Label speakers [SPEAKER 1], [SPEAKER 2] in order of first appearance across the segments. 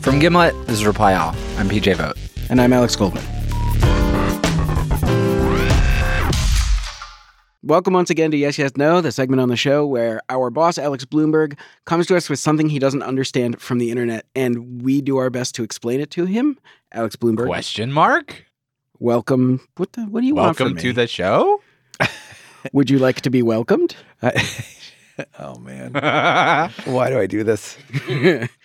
[SPEAKER 1] From Gimlet, this is Reply All. I'm PJ Vote.
[SPEAKER 2] And I'm Alex Goldman. Welcome once again to Yes, Yes, No, the segment on the show where our boss, Alex Bloomberg, comes to us with something he doesn't understand from the internet, and we do our best to explain it to him. Alex Bloomberg,
[SPEAKER 1] Question mark?
[SPEAKER 2] welcome. What, the, what do you
[SPEAKER 1] Welcome
[SPEAKER 2] want from
[SPEAKER 1] to
[SPEAKER 2] me?
[SPEAKER 1] the show?
[SPEAKER 2] Would you like to be welcomed?
[SPEAKER 1] Uh,
[SPEAKER 3] oh man, why do I do this?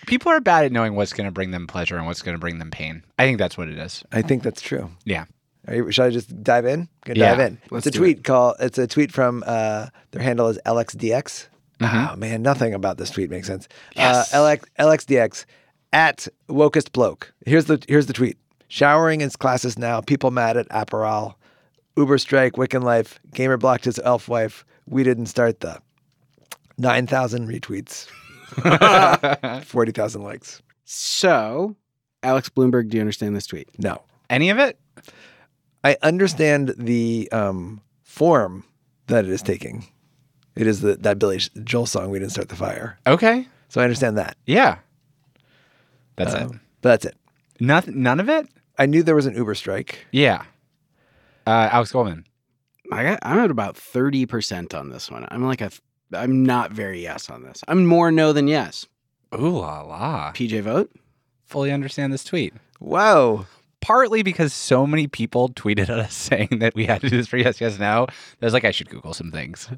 [SPEAKER 1] People are bad at knowing what's going to bring them pleasure and what's going to bring them pain. I think that's what it is.
[SPEAKER 3] I think that's true.
[SPEAKER 1] Yeah.
[SPEAKER 3] Are you- should I just dive in? Gonna
[SPEAKER 1] Yeah,
[SPEAKER 3] dive in.
[SPEAKER 2] let's
[SPEAKER 3] it's
[SPEAKER 2] do
[SPEAKER 3] a tweet call. It's a tweet from uh, their handle is LXDX. Oh man, nothing about this tweet makes sense.
[SPEAKER 1] Yes.
[SPEAKER 3] Uh, LX, LXDX at wokest bloke. Here's the here's the tweet. Showering in classes now. People mad at Aperol. Uber strike. Wiccan life. Gamer blocked his elf wife. We didn't start the. Nine thousand retweets. Forty thousand likes.
[SPEAKER 2] So, Alex Bloomberg, do you understand this tweet?
[SPEAKER 3] No.
[SPEAKER 1] Any of it?
[SPEAKER 3] I understand the um, form that it is taking. It is the, that Billy Sh- Joel song, We Didn't Start the Fire.
[SPEAKER 1] Okay.
[SPEAKER 3] So I understand that.
[SPEAKER 1] Yeah. That's
[SPEAKER 3] Um, but that's it.
[SPEAKER 1] it. Nothing, none of it?
[SPEAKER 3] I knew there was an Uber strike.
[SPEAKER 1] Yeah. Uh, Alex Goldman.
[SPEAKER 2] I got, I'm at about 30% on this one. I'm like a, th- I'm not very yes on this. I'm more no than yes.
[SPEAKER 1] Ooh la la.
[SPEAKER 2] PJ Vote?
[SPEAKER 1] Fully understand this tweet.
[SPEAKER 3] Wow.
[SPEAKER 1] partly because so many people tweeted at us saying that we had to do this for yes, yes, no. I was like, I should Google some things.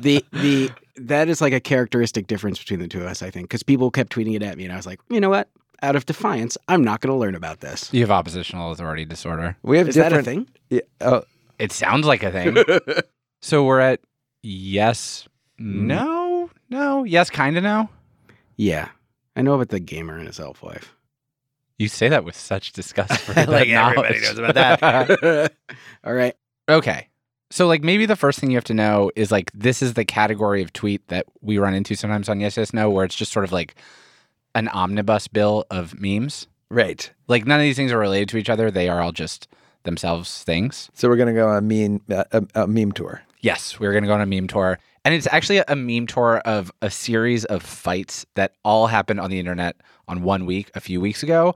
[SPEAKER 2] the the that is like a characteristic difference between the two of us, I think, because people kept tweeting it at me, and I was like, you know what? Out of defiance, I'm not going to learn about this.
[SPEAKER 1] you have oppositional authority disorder.
[SPEAKER 3] We have
[SPEAKER 2] Is that a
[SPEAKER 3] different.
[SPEAKER 2] thing?
[SPEAKER 3] Yeah, oh,
[SPEAKER 1] It sounds like a thing. so we're at yes, no, no, yes, kind of no.
[SPEAKER 2] Yeah, I know about the gamer and his elf wife.
[SPEAKER 1] You say that with such disgust. For
[SPEAKER 3] Like
[SPEAKER 1] that
[SPEAKER 3] everybody
[SPEAKER 1] knowledge.
[SPEAKER 3] knows about that.
[SPEAKER 2] All right,
[SPEAKER 1] Okay. So like maybe the first thing you have to know is like this is the category of tweet that we run into sometimes on Yes Yes No where it's just sort of like an omnibus bill of memes.
[SPEAKER 3] right.
[SPEAKER 1] Like none of these things are related to each other. They are all just themselves things.
[SPEAKER 3] So we're going to go on a, mean, uh, a, a meme tour.
[SPEAKER 1] Yes, we were going to go on a meme tour. And it's actually a meme tour of a series of fights that all happened on the internet on one week a few weeks ago.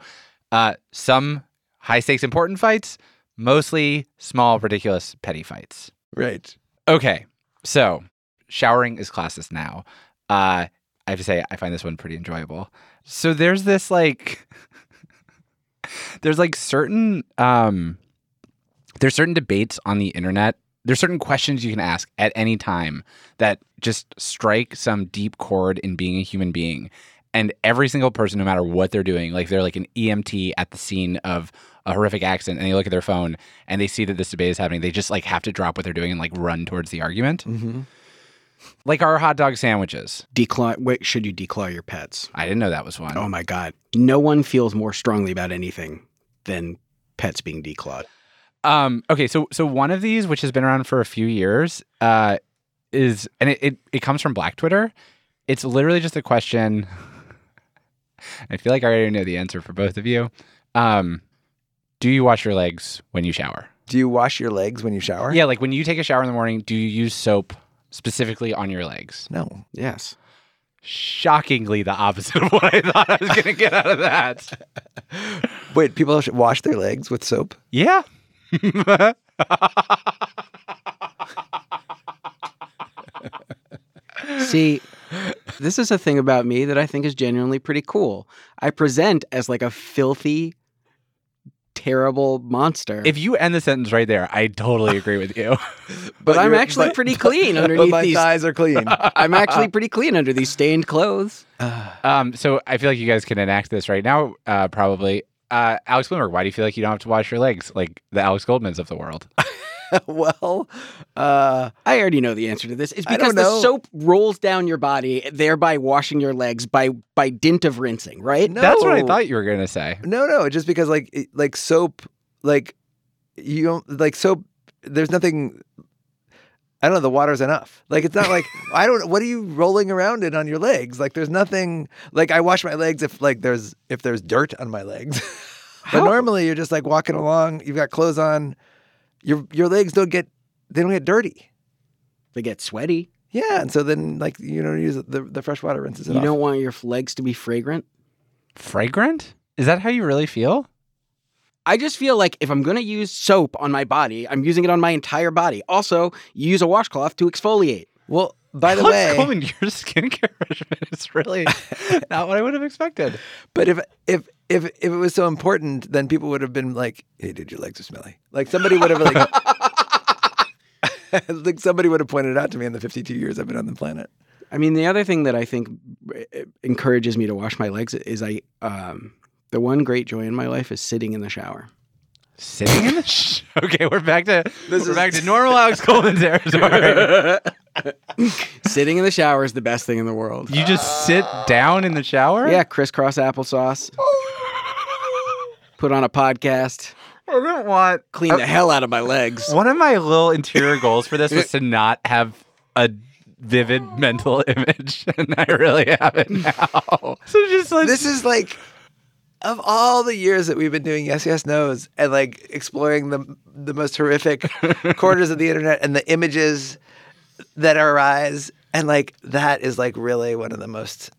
[SPEAKER 1] Uh, some high stakes, important fights, mostly small, ridiculous, petty fights.
[SPEAKER 3] Right.
[SPEAKER 1] Okay, so showering is classes now. Uh, I have to say, I find this one pretty enjoyable. So there's this like, there's like certain um, there's certain debates on the internet. There's certain questions you can ask at any time that just strike some deep chord in being a human being. And every single person, no matter what they're doing, like they're like an EMT at the scene of a horrific accident, and they look at their phone and they see that this debate is happening. They just like have to drop what they're doing and like run towards the argument.
[SPEAKER 3] Mm-hmm.
[SPEAKER 1] Like our hot dog sandwiches.
[SPEAKER 2] declaw. Wait, should you declaw your pets?
[SPEAKER 1] I didn't know that was one.
[SPEAKER 2] Oh my god, no one feels more strongly about anything than pets being declawed.
[SPEAKER 1] Um, okay, so so one of these, which has been around for a few years, uh, is and it, it it comes from Black Twitter. It's literally just a question. I feel like I already know the answer for both of you. Um, do you wash your legs when you shower?
[SPEAKER 3] Do you wash your legs when you shower?
[SPEAKER 1] Yeah, like when you take a shower in the morning, do you use soap specifically on your legs?
[SPEAKER 3] No.
[SPEAKER 2] Yes,
[SPEAKER 1] Shockingly, the opposite of what I thought I was going to get out of that.
[SPEAKER 3] Wait, people should wash their legs with soap?
[SPEAKER 1] Yeah.
[SPEAKER 2] See, this is a thing about me that I think is genuinely pretty cool. I present as like a filthy, terrible monster,
[SPEAKER 1] If you end the sentence right there, I totally agree with you.
[SPEAKER 2] but, I'm
[SPEAKER 3] you're-
[SPEAKER 2] actually
[SPEAKER 3] but-
[SPEAKER 2] pretty clean
[SPEAKER 3] But
[SPEAKER 2] underneath
[SPEAKER 3] my
[SPEAKER 2] these.
[SPEAKER 3] thighs are clean.
[SPEAKER 2] I'm actually pretty clean under these stained clothes.
[SPEAKER 1] Um, so I feel like you guys can enact this right now, uh, probably. Uh, Alex Bloomberg, why do you feel like you don't have to wash your legs like the Alex Goldmans of the world?
[SPEAKER 3] well, uh,
[SPEAKER 2] I already know the answer to this. It's
[SPEAKER 3] I
[SPEAKER 2] because
[SPEAKER 3] don't
[SPEAKER 2] the
[SPEAKER 3] know.
[SPEAKER 2] soap rolls down your body, thereby washing your legs by by dint of rinsing, right?
[SPEAKER 3] no.
[SPEAKER 1] That's what I thought you were gonna say.
[SPEAKER 3] No, no, just because like it- like soap, like you don't like soap. There's nothing. I don't know. The water's enough. Like it's not like I don't. What are you rolling around in on your legs? Like there's nothing. Like I wash my legs if like there's if there's dirt on my legs. but
[SPEAKER 2] How-
[SPEAKER 3] normally you're just like walking along. You've got clothes on. Your your legs don't get they don't get dirty.
[SPEAKER 2] They get sweaty.
[SPEAKER 3] Yeah, and so then like you don't use it- the the fresh water rinses it
[SPEAKER 2] You
[SPEAKER 3] off.
[SPEAKER 2] don't want your f- legs to be fragrant.
[SPEAKER 1] Fragrant? Is that how you really feel?
[SPEAKER 2] I just feel like if I'm going to use soap on my body, I'm using it on my entire body. Also, you use a washcloth to exfoliate.
[SPEAKER 3] Well, by the
[SPEAKER 1] Alex
[SPEAKER 3] way,
[SPEAKER 1] Coleman, your skincare regimen is really not what I would have expected.
[SPEAKER 3] but if if if if it was so important, then people would have been like, "Hey, did your legs are smelly?" Like somebody would have like. like somebody would have pointed it out to me in the 52 years I've been on the planet.
[SPEAKER 2] I mean, the other thing that I think eh, encourages me to wash my legs is I um, the one great joy in my life is sitting in the shower.
[SPEAKER 1] Sitting in the sh- okay, we're back to
[SPEAKER 3] This
[SPEAKER 1] we're
[SPEAKER 3] is-
[SPEAKER 1] back to normal Alex Coleman territory.
[SPEAKER 2] sitting in the shower is the best thing in the world. Uh,
[SPEAKER 1] You just sit down in the shower.
[SPEAKER 2] Yeah, crisscross applesauce. Put on a podcast.
[SPEAKER 1] I didn't want
[SPEAKER 2] Clean the hell out of my legs.
[SPEAKER 1] One of my little interior goals for this was to not have a vivid mental image, and I really have it now. So just like
[SPEAKER 3] This is like of all the years that we've been doing yes yes no's and like exploring the the most horrific corners of the internet and the images that arise and like that is like really one of the most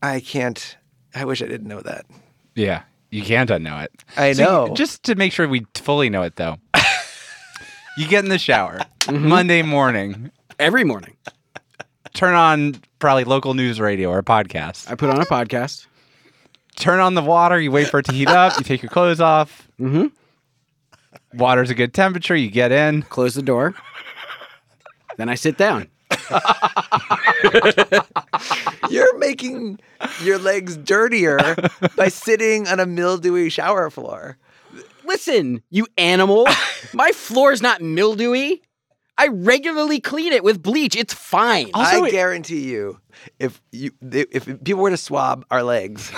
[SPEAKER 3] I can't I wish I didn't know that.
[SPEAKER 1] yeah, you can't unknow it.
[SPEAKER 3] I
[SPEAKER 1] So you-
[SPEAKER 3] know.
[SPEAKER 1] just to make sure we fully know it, though, Mm-hmm. you get in the shower Monday morning,
[SPEAKER 2] Every morning,
[SPEAKER 1] turn on probably local news radio or a podcast.
[SPEAKER 2] I put on a podcast.
[SPEAKER 1] Turn on the water. You wait for it to heat up. You take your clothes off.
[SPEAKER 2] Mhm.
[SPEAKER 1] Water's a good temperature. You get in.
[SPEAKER 2] Close the door. Then I sit down.
[SPEAKER 3] You're making your legs dirtier by sitting on a mildewy shower floor.
[SPEAKER 2] Listen, you animal. My floor is not mildewy. I regularly clean it with bleach. It's fine.
[SPEAKER 1] Also,
[SPEAKER 3] I
[SPEAKER 1] it-
[SPEAKER 3] guarantee you, if you if people were to swab our legs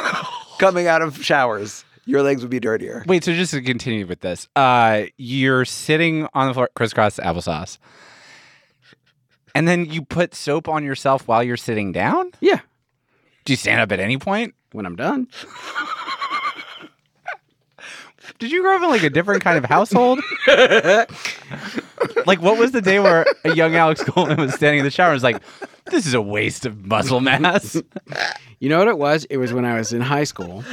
[SPEAKER 3] coming out of showers, your legs would be dirtier.
[SPEAKER 1] Wait, so just to continue with this, uh, you're sitting on the floor, crisscross applesauce, and then you put soap on yourself while you're sitting down.
[SPEAKER 2] Yeah.
[SPEAKER 1] Do you stand up at any point?
[SPEAKER 2] When I'm done,
[SPEAKER 1] Did you grow up in like a different kind of household? like, what was the day where a young Alex Goldman was standing in the shower and was like, "This is a waste of muscle mass."
[SPEAKER 2] You know what it was? It was when I was in high school.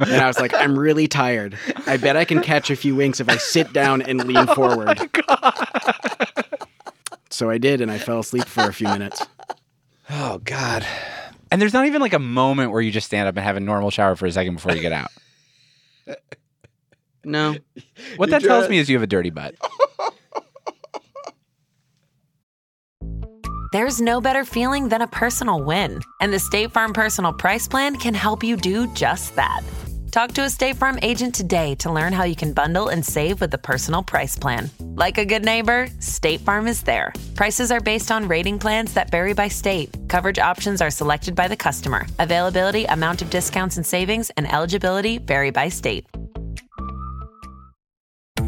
[SPEAKER 2] and I was like, I'm really tired. I bet I can catch a few winks if I sit down and lean
[SPEAKER 1] Oh
[SPEAKER 2] forward. So I did, and I fell asleep for a few minutes.
[SPEAKER 3] Oh God.
[SPEAKER 1] And there's not even like a moment where you just stand up and have a normal shower for a second before you get out.
[SPEAKER 2] No.
[SPEAKER 1] What
[SPEAKER 3] You
[SPEAKER 1] that tells
[SPEAKER 3] just-
[SPEAKER 1] me is you have a dirty butt.
[SPEAKER 4] There's no better feeling than a personal win, and the State Farm Personal Price Plan can help you do just that. Talk to a State Farm agent today to learn how you can bundle and save with the Personal Price Plan. Like a good neighbor, State Farm is there. Prices are based on rating plans that vary by state. Coverage options are selected by the customer. Availability, amount of discounts and savings, and eligibility vary by state.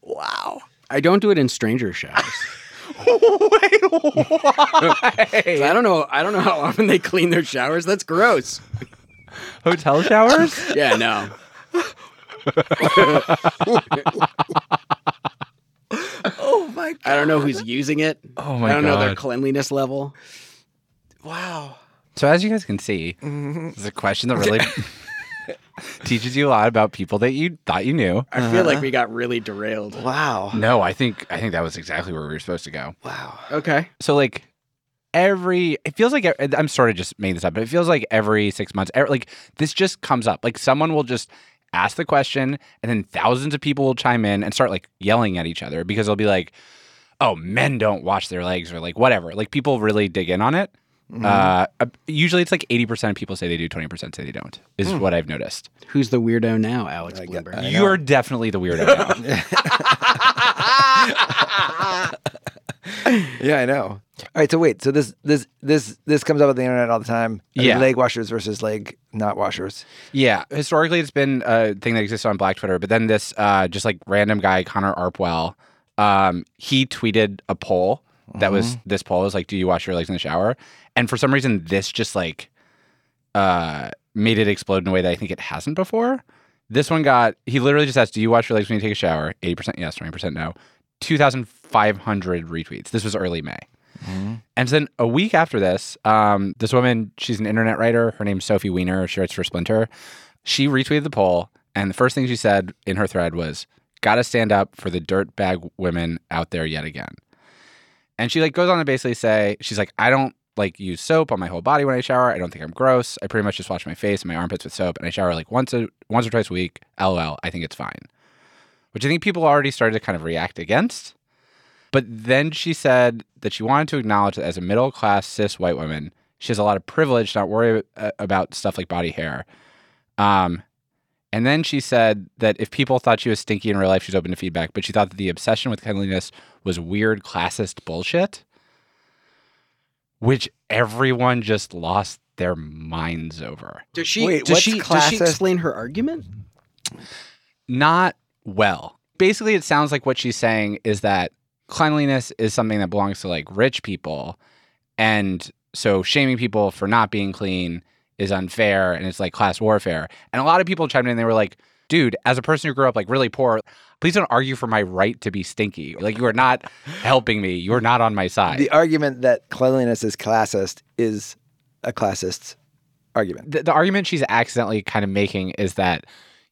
[SPEAKER 3] Wow.
[SPEAKER 2] I don't do it in stranger showers.
[SPEAKER 1] Wait,
[SPEAKER 2] I don't know. I don't know how often they clean their showers. That's gross.
[SPEAKER 1] hotel showers?
[SPEAKER 2] Yeah, no.
[SPEAKER 3] Oh my
[SPEAKER 2] I don't know who's using it.
[SPEAKER 1] Oh my
[SPEAKER 2] I don't know their
[SPEAKER 1] God.
[SPEAKER 2] cleanliness level.
[SPEAKER 3] Wow.
[SPEAKER 1] So as you guys can see, this is a question that really teaches you a lot about people that you thought you knew.
[SPEAKER 2] I feel
[SPEAKER 1] Uh-huh.
[SPEAKER 2] like we got really derailed.
[SPEAKER 3] Wow.
[SPEAKER 1] No, I think I think that was exactly where we were supposed to go.
[SPEAKER 3] Wow.
[SPEAKER 2] Okay.
[SPEAKER 1] So like every it feels like e, I'm sort of just making this up, but it feels like every 6 months ev- like this just comes up. Like someone will just ask the question and then thousands of people will chime in and start like yelling at each other because they'll be like oh, men don't wash their legs or like whatever. Like people really dig in on it. Uh, usually it's like 80% of people say they do, 20% say they don't, is what I've noticed.
[SPEAKER 2] Who's the weirdo now, Alex Bloomberg?
[SPEAKER 3] uh,
[SPEAKER 1] You're definitely the weirdo now.
[SPEAKER 3] Yeah, I know. All right, so wait, so this this this this comes up on the internet all the time. I mean,
[SPEAKER 1] Yeah.
[SPEAKER 3] leg washers versus leg not washers.
[SPEAKER 1] Yeah, historically it's been a thing that exists on Black Twitter, but then this uh, just like random guy Connor Arpwell, um, he tweeted a poll that was this poll was like, "Do you wash your legs in the shower?" And for some reason, this just like uh, made it explode in a way that I think it hasn't before. This one got he literally just asked, "Do you wash your legs when you take a shower?" Eighty percent yes, twenty percent no. Two thousand five hundred retweets. This was early May. And then a week after this, um, this woman, she's an internet writer. Her name's Sophie Weiner. She writes for Splinter. She retweeted the poll, and the first thing she said in her thread was, "Gotta stand up for the dirtbag women out there yet again." And she like goes on to basically say, she's like, "I don't like use soap on my whole body when I shower. I don't think I'm gross. I pretty much just wash my face and my armpits with soap, and I shower like once a once or twice a week. LOL. I think it's fine." Which I think people already started to kind of react against. But then she said that she wanted to acknowledge that as a middle class cis white woman, she has a lot of privilege, to not worry uh, about stuff like body hair. Um, and then she said that if people thought she was stinky in real life, she's open to feedback. But she thought that the obsession with cleanliness was weird classist bullshit, which everyone just lost their minds over.
[SPEAKER 2] Does she?
[SPEAKER 3] Wait,
[SPEAKER 2] does
[SPEAKER 3] what's
[SPEAKER 2] she? Does she
[SPEAKER 3] classist?
[SPEAKER 2] explain her argument?
[SPEAKER 1] not well. Basically, it sounds like what she's saying is that cleanliness is something that belongs to like rich people. And so shaming people for not being clean is unfair and it's like class warfare. And a lot of people chimed in and they were like, dude, as a person who grew up like really poor, please don't argue for my right to be stinky. Like, you are not helping me. You are not on my side.
[SPEAKER 3] The argument that cleanliness is classist is a classist argument.
[SPEAKER 1] the, the argument she's accidentally kind of making is that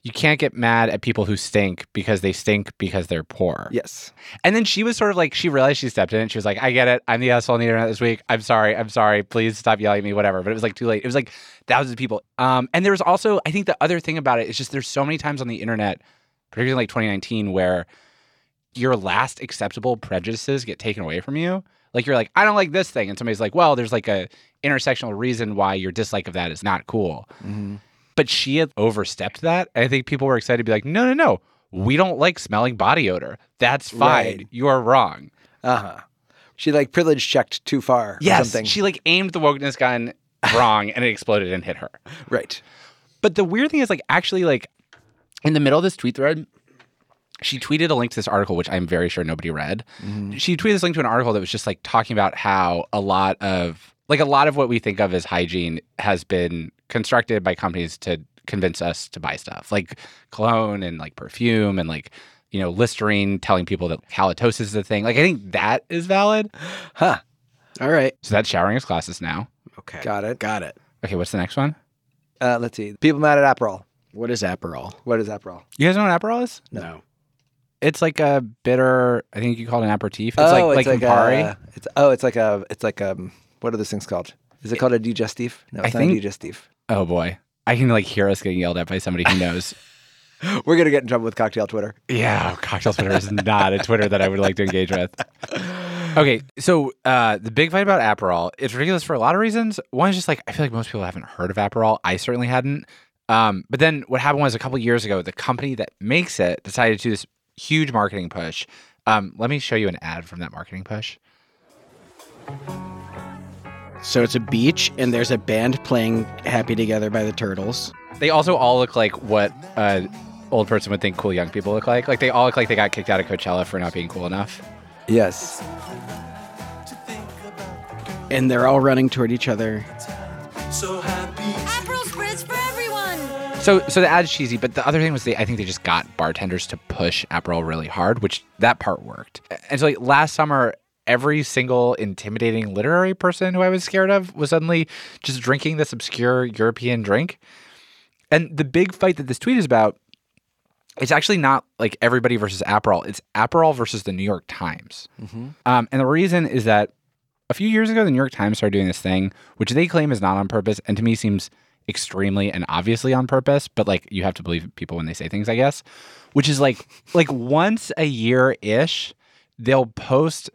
[SPEAKER 1] you can't get mad at people who stink because they stink because they're poor.
[SPEAKER 3] Yes.
[SPEAKER 1] And then she was sort of like, she realized she stepped in and she was like, I get it. I'm the asshole on the internet this week. I'm sorry. I'm sorry. Please stop yelling at me, whatever. But it was like too late. It was like thousands of people. Um, and there was also, I think the other thing about it is just there's so many times on the internet, particularly like 2019, where your last acceptable prejudices get taken away from you. Like you're like, I don't like this thing. And somebody's like, well, there's like a intersectional reason why your dislike of that is not cool. But she had overstepped that. And I think people were excited to be like, no, no, no. We don't like smelling body odor. That's fine.
[SPEAKER 3] Right.
[SPEAKER 1] You are wrong.
[SPEAKER 3] Uh huh. She like privilege checked too far. Or
[SPEAKER 1] Yes.
[SPEAKER 3] something.
[SPEAKER 1] She like aimed the wokeness gun wrong and it exploded and hit her.
[SPEAKER 3] right.
[SPEAKER 1] But the weird thing is like actually like in the middle of this tweet thread, she tweeted a link to this article, which I'm very sure nobody read. She tweeted this link to an article that was just like talking about how a lot of like a lot of what we think of as hygiene has been constructed by companies to convince us to buy stuff like cologne and like perfume and like you know listerine telling people that halitosis is a thing like i think that is valid
[SPEAKER 2] All right.
[SPEAKER 1] so that's showering is classes now
[SPEAKER 2] Okay.
[SPEAKER 3] Got it.
[SPEAKER 2] Got it.
[SPEAKER 1] okay what's the next one
[SPEAKER 3] Uh, let's see. People mad at Aperol.
[SPEAKER 2] What is Aperol?
[SPEAKER 3] What is Aperol?
[SPEAKER 1] you guys know what aperol is
[SPEAKER 2] No.
[SPEAKER 1] It's like a bitter. I think you call it an aperitif. It's
[SPEAKER 3] Oh,
[SPEAKER 1] like like, Campari.
[SPEAKER 3] a, it's oh, it's like a it's like um what are those things called? Is it called a digestif? No,
[SPEAKER 1] I
[SPEAKER 3] it's not
[SPEAKER 1] think-
[SPEAKER 3] a digestif.
[SPEAKER 1] oh boy, I can like hear us getting yelled at by somebody who knows. Oh,
[SPEAKER 3] We're gonna get in trouble with cocktail Twitter.
[SPEAKER 1] yeah, cocktail Twitter is not a Twitter that I would like to engage with. Okay, so uh, the big fight about Aperol. It's ridiculous for a lot of reasons. One is just like I feel like most people haven't heard of Aperol. I certainly hadn't. Um, but then what happened was a couple years ago, the company that makes it decided to do this huge marketing push. Um, let me show you an ad from that marketing push.
[SPEAKER 2] So it's a beach, and there's a band playing "Happy Together" by the Turtles.
[SPEAKER 1] They also all look like what uh, old person would think cool young people look like. Like they all look like they got kicked out of Coachella for not being cool enough.
[SPEAKER 3] Yes.
[SPEAKER 2] and they're all running toward each other.
[SPEAKER 5] April spreads for everyone.
[SPEAKER 1] So so the ad's cheesy, but the other thing was they I think they just got bartenders to push Aperol really hard, which that part worked. And so like last summer every single intimidating literary person who I was scared of was suddenly just drinking this obscure European drink. And the big fight that this tweet is about it's actually not like everybody versus Aperol. It's Aperol versus the New York Times. Um, and the reason is that a few years ago, the New York Times started doing this thing, which they claim is not on purpose, and to me seems extremely and obviously on purpose. But like, you have to believe people when they say things, I guess. Which is like, like once a year ish, they'll post.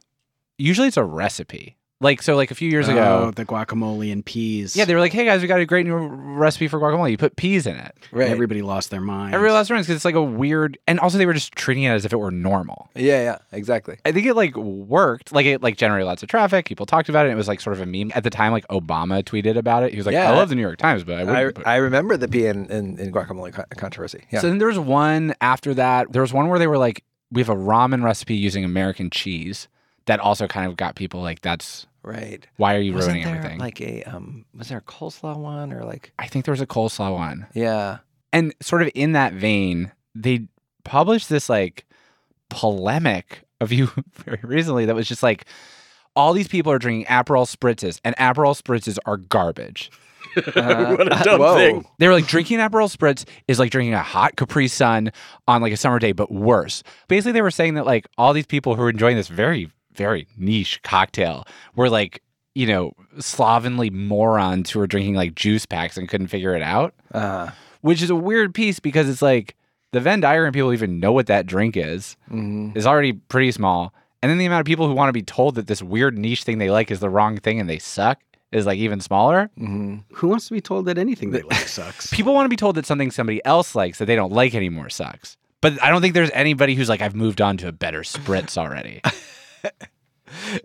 [SPEAKER 1] Usually, it's a recipe. Like so, like a few years
[SPEAKER 2] Oh,
[SPEAKER 1] ago.
[SPEAKER 2] the guacamole and peas.
[SPEAKER 1] Yeah, they were like, "Hey guys, we got a great new recipe for guacamole. You put peas in it."
[SPEAKER 3] Right.
[SPEAKER 2] Everybody lost their mind.
[SPEAKER 1] Every last because it's like a weird, and also they were just treating it as if it were normal.
[SPEAKER 3] yeah, yeah, exactly.
[SPEAKER 1] I think it like worked, like it like generated lots of traffic. People talked about it. And it was like sort of a meme at the time. Like Obama tweeted about it. He was like,
[SPEAKER 3] Yeah.
[SPEAKER 1] "I love the New York Times, but I
[SPEAKER 3] I,
[SPEAKER 1] wouldn't." put-
[SPEAKER 3] I remember the pea in, in, in guacamole co- controversy. Yeah.
[SPEAKER 1] So then there was one after that. There was one where they were like, "We have a ramen recipe using American cheese." That also kind of got people like, "That's
[SPEAKER 3] right.
[SPEAKER 1] why are you
[SPEAKER 3] Wasn't
[SPEAKER 1] ruining
[SPEAKER 3] there
[SPEAKER 1] everything?"
[SPEAKER 3] Like a um, was there a coleslaw one or like
[SPEAKER 1] I think there was a coleslaw one.
[SPEAKER 3] yeah,
[SPEAKER 1] and sort of in that vein, they published this like polemic of you very recently that was just like all these people are drinking Aperol spritzes, and Aperol spritzes are garbage.
[SPEAKER 3] Uh,
[SPEAKER 5] What a dumb
[SPEAKER 3] whoa.
[SPEAKER 5] thing.
[SPEAKER 1] They were like drinking Aperol spritz is like drinking a hot Capri Sun on like a summer day, but worse. Basically, they were saying that like all these people who are enjoying this very very niche cocktail were like you know slovenly morons who were drinking like juice packs and couldn't figure it out
[SPEAKER 3] Uh,
[SPEAKER 1] which is a weird piece because it's like the Venn diagram people even know what that drink is
[SPEAKER 3] mhm.
[SPEAKER 1] is already pretty small, and then the amount of people who want to be told that this weird niche thing they like is the wrong thing and they suck is like even smaller.
[SPEAKER 2] Who wants to be told that anything they like sucks?
[SPEAKER 1] People want to be told that something somebody else likes that they don't like anymore sucks. But I don't think there's anybody who's like I've moved on to a better spritz already.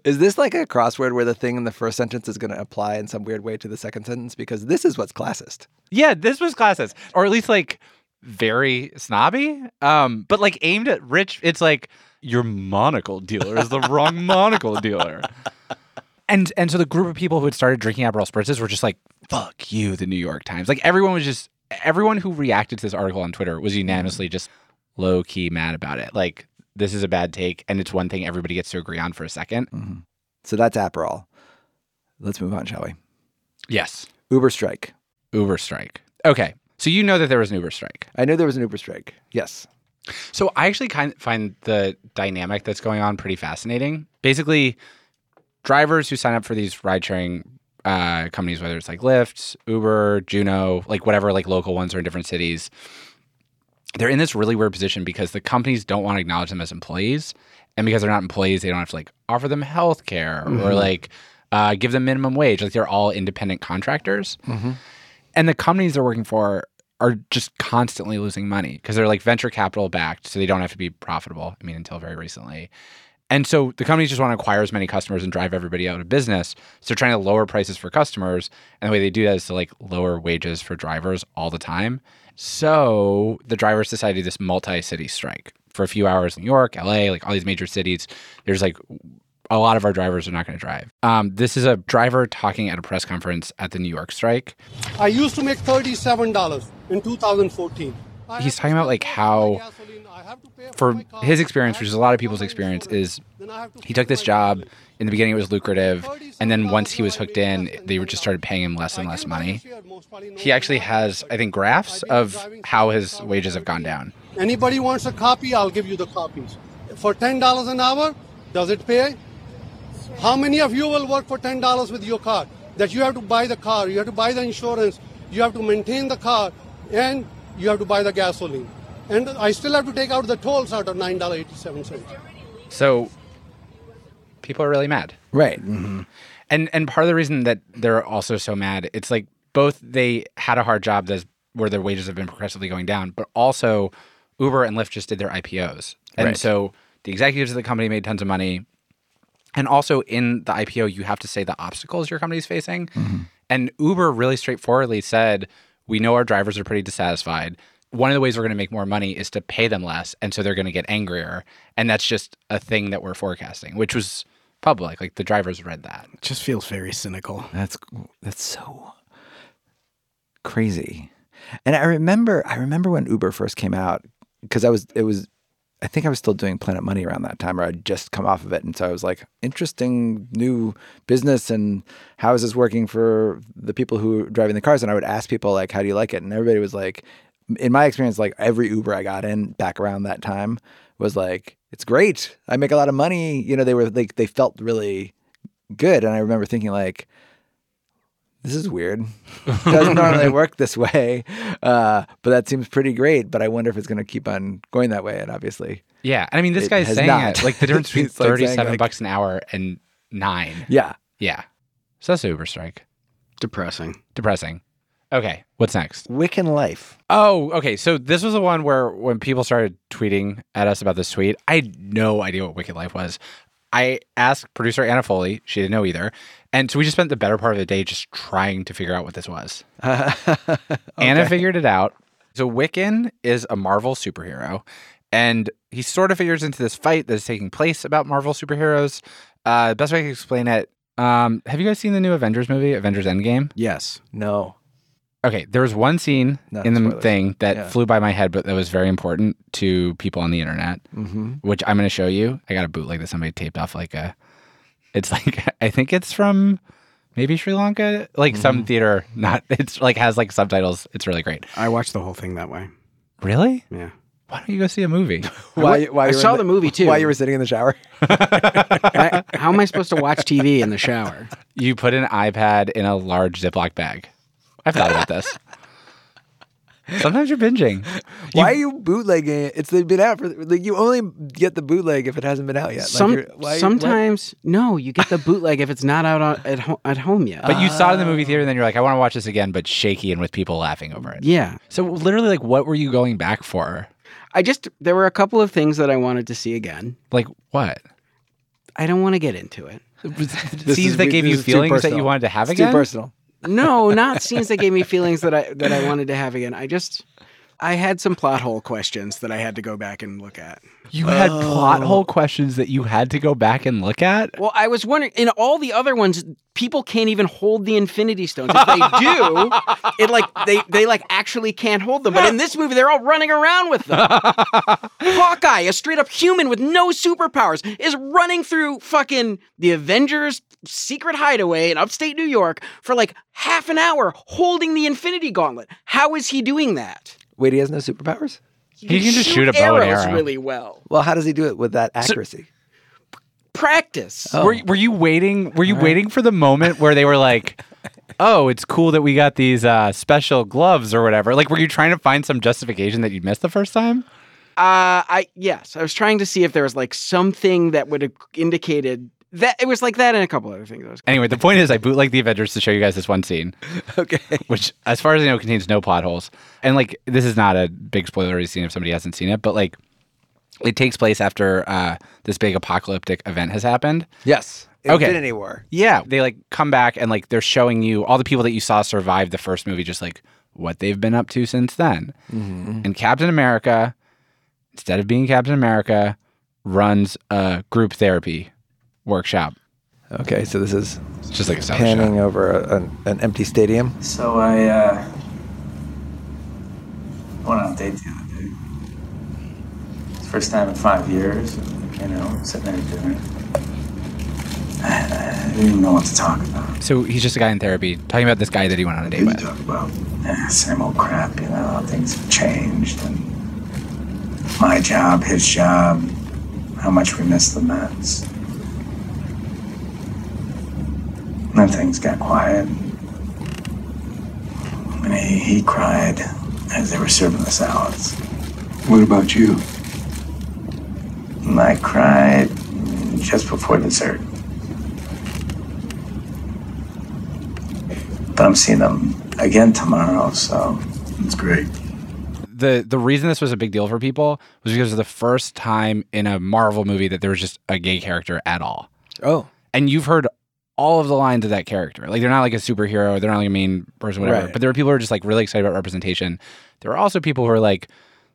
[SPEAKER 3] Is this like a crossword where the thing in the first sentence is going to apply in some weird way to the second sentence? Because this is what's classist.
[SPEAKER 1] yeah, this was classist, or at least like very snobby, um, but like aimed at rich. It's like your monocle dealer is the wrong monocle dealer. And and so the group of people who had started drinking Aperol spritzes were just like, "Fuck you, the New York Times." Like everyone was just everyone who reacted to this article on Twitter was unanimously just low key mad about it. Like this is a bad take, and it's one thing everybody gets to agree on for a second.
[SPEAKER 3] So that's Aperol. Let's move on, shall we?
[SPEAKER 1] Yes,
[SPEAKER 3] Uber strike.
[SPEAKER 1] Uber strike. Okay, so you know that there was an Uber strike.
[SPEAKER 3] I knew there was an Uber strike. Yes.
[SPEAKER 1] So I actually kind of find the dynamic that's going on pretty fascinating. Basically, drivers who sign up for these ride-sharing uh, companies, whether it's like Lyft, Uber, Juno, like whatever, like local ones are in different cities, they're in this really weird position because the companies don't want to acknowledge them as employees, and because they're not employees, they don't have to like offer them health care or like uh, give them minimum wage. Like they're all independent contractors and the companies they're working for are just constantly losing money because they're like venture capital backed, so they don't have to be profitable. I mean, until very recently. And so the companies just want to acquire as many customers and drive everybody out of business. So they're trying to lower prices for customers. And the way they do that is to like lower wages for drivers all the time. So the drivers decided to do this multi city strike for a few hours in New York, LA, like all these major cities. There's like a lot of our drivers are not going to drive. Um, this is a driver talking at a press conference at the New York strike.
[SPEAKER 6] I used to make $37 in 2014. I
[SPEAKER 1] He's
[SPEAKER 6] have to
[SPEAKER 1] talking about,
[SPEAKER 6] pay
[SPEAKER 1] like,
[SPEAKER 6] for
[SPEAKER 1] how-
[SPEAKER 6] my gasoline, I have to pay
[SPEAKER 1] for
[SPEAKER 6] my car,
[SPEAKER 1] his experience,
[SPEAKER 6] I
[SPEAKER 1] which
[SPEAKER 6] have
[SPEAKER 1] is
[SPEAKER 6] to
[SPEAKER 1] a lot of
[SPEAKER 6] pay for
[SPEAKER 1] people's
[SPEAKER 6] my
[SPEAKER 1] experience,
[SPEAKER 6] insurance,
[SPEAKER 1] is
[SPEAKER 6] then I have to pay
[SPEAKER 1] he took this
[SPEAKER 6] my
[SPEAKER 1] job.
[SPEAKER 6] gasoline.
[SPEAKER 1] In the beginning, it was lucrative, and then once he was hooked in, they were just started paying him less and
[SPEAKER 6] I
[SPEAKER 1] less
[SPEAKER 6] came back
[SPEAKER 1] money.
[SPEAKER 6] this year, most probably no
[SPEAKER 1] He actually
[SPEAKER 6] one
[SPEAKER 1] has,
[SPEAKER 6] but
[SPEAKER 1] I think, graphs
[SPEAKER 6] I've been
[SPEAKER 1] of
[SPEAKER 6] driving
[SPEAKER 1] how
[SPEAKER 6] since
[SPEAKER 1] his wages have gone down.
[SPEAKER 6] 2017. Anybody wants a copy, I'll give you the copies. For $10 an hour, does it pay? How many of you will work for ten dollars with your car? That you have to buy the car, you have to buy the insurance, you have to maintain the car, and you have to buy the gasoline. And I still have to take out the tolls out of nine dollar eighty-seven cents.
[SPEAKER 1] So people are really mad.
[SPEAKER 3] Right.
[SPEAKER 1] and and part of the reason that they're also so mad it's like both they had a hard job that's where their wages have been progressively going down but also uber and lyft just did their ipos and
[SPEAKER 3] Right.
[SPEAKER 1] so the executives of the company made tons of money and also in the ipo you have to say the obstacles your company's facing and uber really straightforwardly said we know our drivers are pretty dissatisfied one of the ways we're going to make more money is to pay them less and so they're going to get angrier and that's just a thing that we're forecasting which was public like the drivers read that
[SPEAKER 2] Just feels very cynical.
[SPEAKER 3] That's that's so crazy. And I remember I remember when Uber first came out because I was it was I think I was still doing Planet Money around that time or I'd just come off of it and so I was like interesting new business and how is this working for the people who are driving the cars and I would ask people like how do you like it and everybody was like in my experience like every Uber I got in back around that time was like it's great. I make a lot of money. You know, they were like they felt really good and I remember thinking like this is weird. It doesn't normally work this way, uh, but that seems pretty great. But I wonder if it's going to keep on going that way. And obviously,
[SPEAKER 1] Yeah, and I mean, this
[SPEAKER 3] It
[SPEAKER 1] guy's
[SPEAKER 3] has
[SPEAKER 1] saying
[SPEAKER 3] not.
[SPEAKER 1] it like the difference between
[SPEAKER 3] It's like saying,
[SPEAKER 1] thirty-seven
[SPEAKER 3] like-
[SPEAKER 1] bucks an hour and nine.
[SPEAKER 3] yeah,
[SPEAKER 1] Yeah. So that's the Uber strike.
[SPEAKER 2] Depressing.
[SPEAKER 1] Depressing. Okay. What's next?
[SPEAKER 3] Wiccan life.
[SPEAKER 1] Oh, okay. So this was the one where when people started tweeting at us about this tweet, I had no idea what Wicked Life was. I asked producer Anna Foley, she didn't know either. And so we just spent the better part of the day just trying to figure out what this was. Anna figured it out. So Wiccan is a Marvel superhero, and he sort of figures into this fight that is taking place about Marvel superheroes. Uh, best way I can explain it. Um, have you guys seen the new Avengers movie, Avengers Endgame?
[SPEAKER 2] Yes.
[SPEAKER 3] No.
[SPEAKER 1] Okay, there was one scene
[SPEAKER 3] No,
[SPEAKER 1] in the
[SPEAKER 3] spoilers.
[SPEAKER 1] thing that
[SPEAKER 3] Yeah.
[SPEAKER 1] flew by my head, but that was very important to people on the internet,
[SPEAKER 3] Mm-hmm.
[SPEAKER 1] which I'm going to show you. I got a bootleg that somebody taped off like a. It's like I think it's from maybe Sri Lanka, like
[SPEAKER 3] Mm-hmm.
[SPEAKER 1] some theater. Not it's like has like subtitles. It's really great.
[SPEAKER 2] I watched the whole thing that way.
[SPEAKER 1] Really?
[SPEAKER 2] Yeah.
[SPEAKER 1] Why don't you go see a movie?
[SPEAKER 3] Why? Why?
[SPEAKER 2] I
[SPEAKER 3] you were
[SPEAKER 2] saw
[SPEAKER 3] in
[SPEAKER 2] the movie, too.
[SPEAKER 3] Why you were sitting in the shower?
[SPEAKER 2] I, how am I supposed to watch TV in the shower?
[SPEAKER 1] you put an iPad in a large Ziploc bag. I've thought about this. Sometimes you're binging.
[SPEAKER 3] why are you bootlegging it? It's been out for like you only get the bootleg if it hasn't been out yet. Like,
[SPEAKER 2] Some,
[SPEAKER 3] you're- why-
[SPEAKER 2] sometimes, no, you get the bootleg if it's not out on, at, ho- at home yet.
[SPEAKER 1] But you saw it in the
[SPEAKER 3] Oh.
[SPEAKER 1] movie theater, and then you're like, I want to watch this again, but shaky and with people laughing over it.
[SPEAKER 2] yeah.
[SPEAKER 1] So literally, like, what were you going back for?
[SPEAKER 2] I just, there were a couple of things that I wanted to see again.
[SPEAKER 1] Like, what
[SPEAKER 2] I don't want to get into it.
[SPEAKER 3] This
[SPEAKER 1] scenes
[SPEAKER 3] is-
[SPEAKER 1] that gave
[SPEAKER 3] this
[SPEAKER 1] you
[SPEAKER 3] is too
[SPEAKER 1] feelings that
[SPEAKER 3] personal.
[SPEAKER 1] you wanted to have
[SPEAKER 3] It's
[SPEAKER 1] again?
[SPEAKER 3] Too personal.
[SPEAKER 2] No, not scenes that gave me feelings that I that I wanted to have again. I just I had some plot hole questions that I had to go back and look at.
[SPEAKER 1] You had plot
[SPEAKER 3] Oh.
[SPEAKER 1] hole questions that you had to go back and look at.
[SPEAKER 2] Well, I was wondering in all the other ones, people can't even hold the Infinity Stones. If they do, it like they they like actually can't hold them. But in this movie, they're all running around with them. Hawkeye, a straight up human with no superpowers, is running through fucking the Avengers secret hideaway in upstate New York for like half an hour holding the Infinity Gauntlet. How is he doing that?
[SPEAKER 3] Wait, he has no superpowers.
[SPEAKER 2] He
[SPEAKER 1] can just shoot a bow and
[SPEAKER 2] arrows
[SPEAKER 1] arrow.
[SPEAKER 2] really well.
[SPEAKER 3] Well, how does he do it with that accuracy?
[SPEAKER 2] Practice.
[SPEAKER 3] Oh.
[SPEAKER 1] Were, were you waiting? Were you waiting for the moment where they were like, "Oh, it's cool that we got these uh, special gloves or whatever"? Like, were you trying to find some justification that you missed the first time?
[SPEAKER 2] Uh, I yes, I was trying to see if there was like something that would have indicated that it was like that and a couple other things. I was-
[SPEAKER 1] Anyway, the point is, I bootleg the Avengers to show you guys this one scene.
[SPEAKER 3] okay.
[SPEAKER 1] which as far as I know contains no plot holes. And like this is not a big spoilery scene if somebody hasn't seen it, but like it takes place after uh, this big apocalyptic event has happened.
[SPEAKER 3] Yes.
[SPEAKER 1] Okay.
[SPEAKER 3] Infinity War.
[SPEAKER 1] Yeah, they like come back and like they're showing you all the people that you saw survive the first movie, just like what they've been up to since then. And Captain America, instead of being Captain America, runs a group therapy workshop.
[SPEAKER 3] Okay, so this is
[SPEAKER 1] It's just like a sound
[SPEAKER 3] panning over a, an, an empty stadium.
[SPEAKER 5] So I uh, went on a date the other day. It's the First time in five years, you know, sitting there doing it. I didn't even know what to talk about.
[SPEAKER 1] So he's just a guy in therapy talking about this guy that he went on a date
[SPEAKER 5] What
[SPEAKER 1] with.
[SPEAKER 5] to talk about? Eh, Same old crap, you know, how things have changed and my job, his job, how much we miss the Mets. And then things got quiet. And he, he cried as they were serving the salads. What about you? And I cried just before dessert. But I'm seeing them again tomorrow, so it's great.
[SPEAKER 1] the the reason this was a big deal for people was because it was the first time in a Marvel movie that there was just a gay character at all.
[SPEAKER 3] Oh,
[SPEAKER 1] And you've heard all of the lines of that character. Like they're not like a superhero, they're not like a main person, whatever.
[SPEAKER 3] Right.
[SPEAKER 1] But there were people who were just like really excited about representation. There were also people who were like,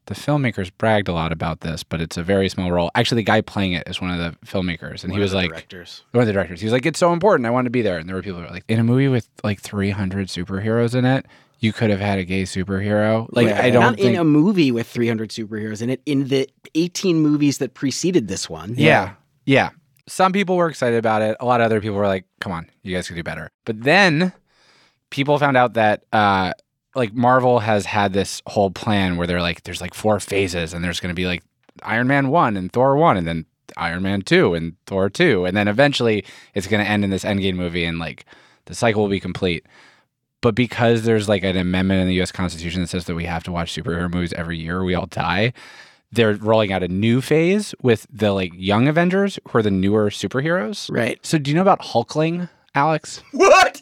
[SPEAKER 1] the filmmakers bragged a lot about this, but it's a very small role. Actually, the guy playing it is one of the filmmakers, and he was like
[SPEAKER 2] directors.
[SPEAKER 1] one of the directors. He was like, "It's so important. I want to be there." And there were people who were like, "In a movie with like 300 superheroes in it, you could have had a gay superhero." Like, I don't
[SPEAKER 2] not
[SPEAKER 1] think
[SPEAKER 2] in a movie with 300 superheroes in it. In the 18 movies that preceded this one,
[SPEAKER 1] Yeah. Yeah. Some people were excited about it. A lot of other people were like, come on, you guys could do better. But then people found out that uh like Marvel has had this whole plan where they're like, there's like four phases and there's gonna be like Iron Man one and Thor one and then Iron Man two and Thor two. And then eventually it's gonna end in this endgame movie and like the cycle will be complete. But because there's like an amendment in the US Constitution that says that we have to watch superhero movies every year, or we all die they're rolling out a new phase with the like young Avengers who are the newer superheroes.
[SPEAKER 2] right.
[SPEAKER 1] So do you know about Hulkling? Alex?
[SPEAKER 2] What?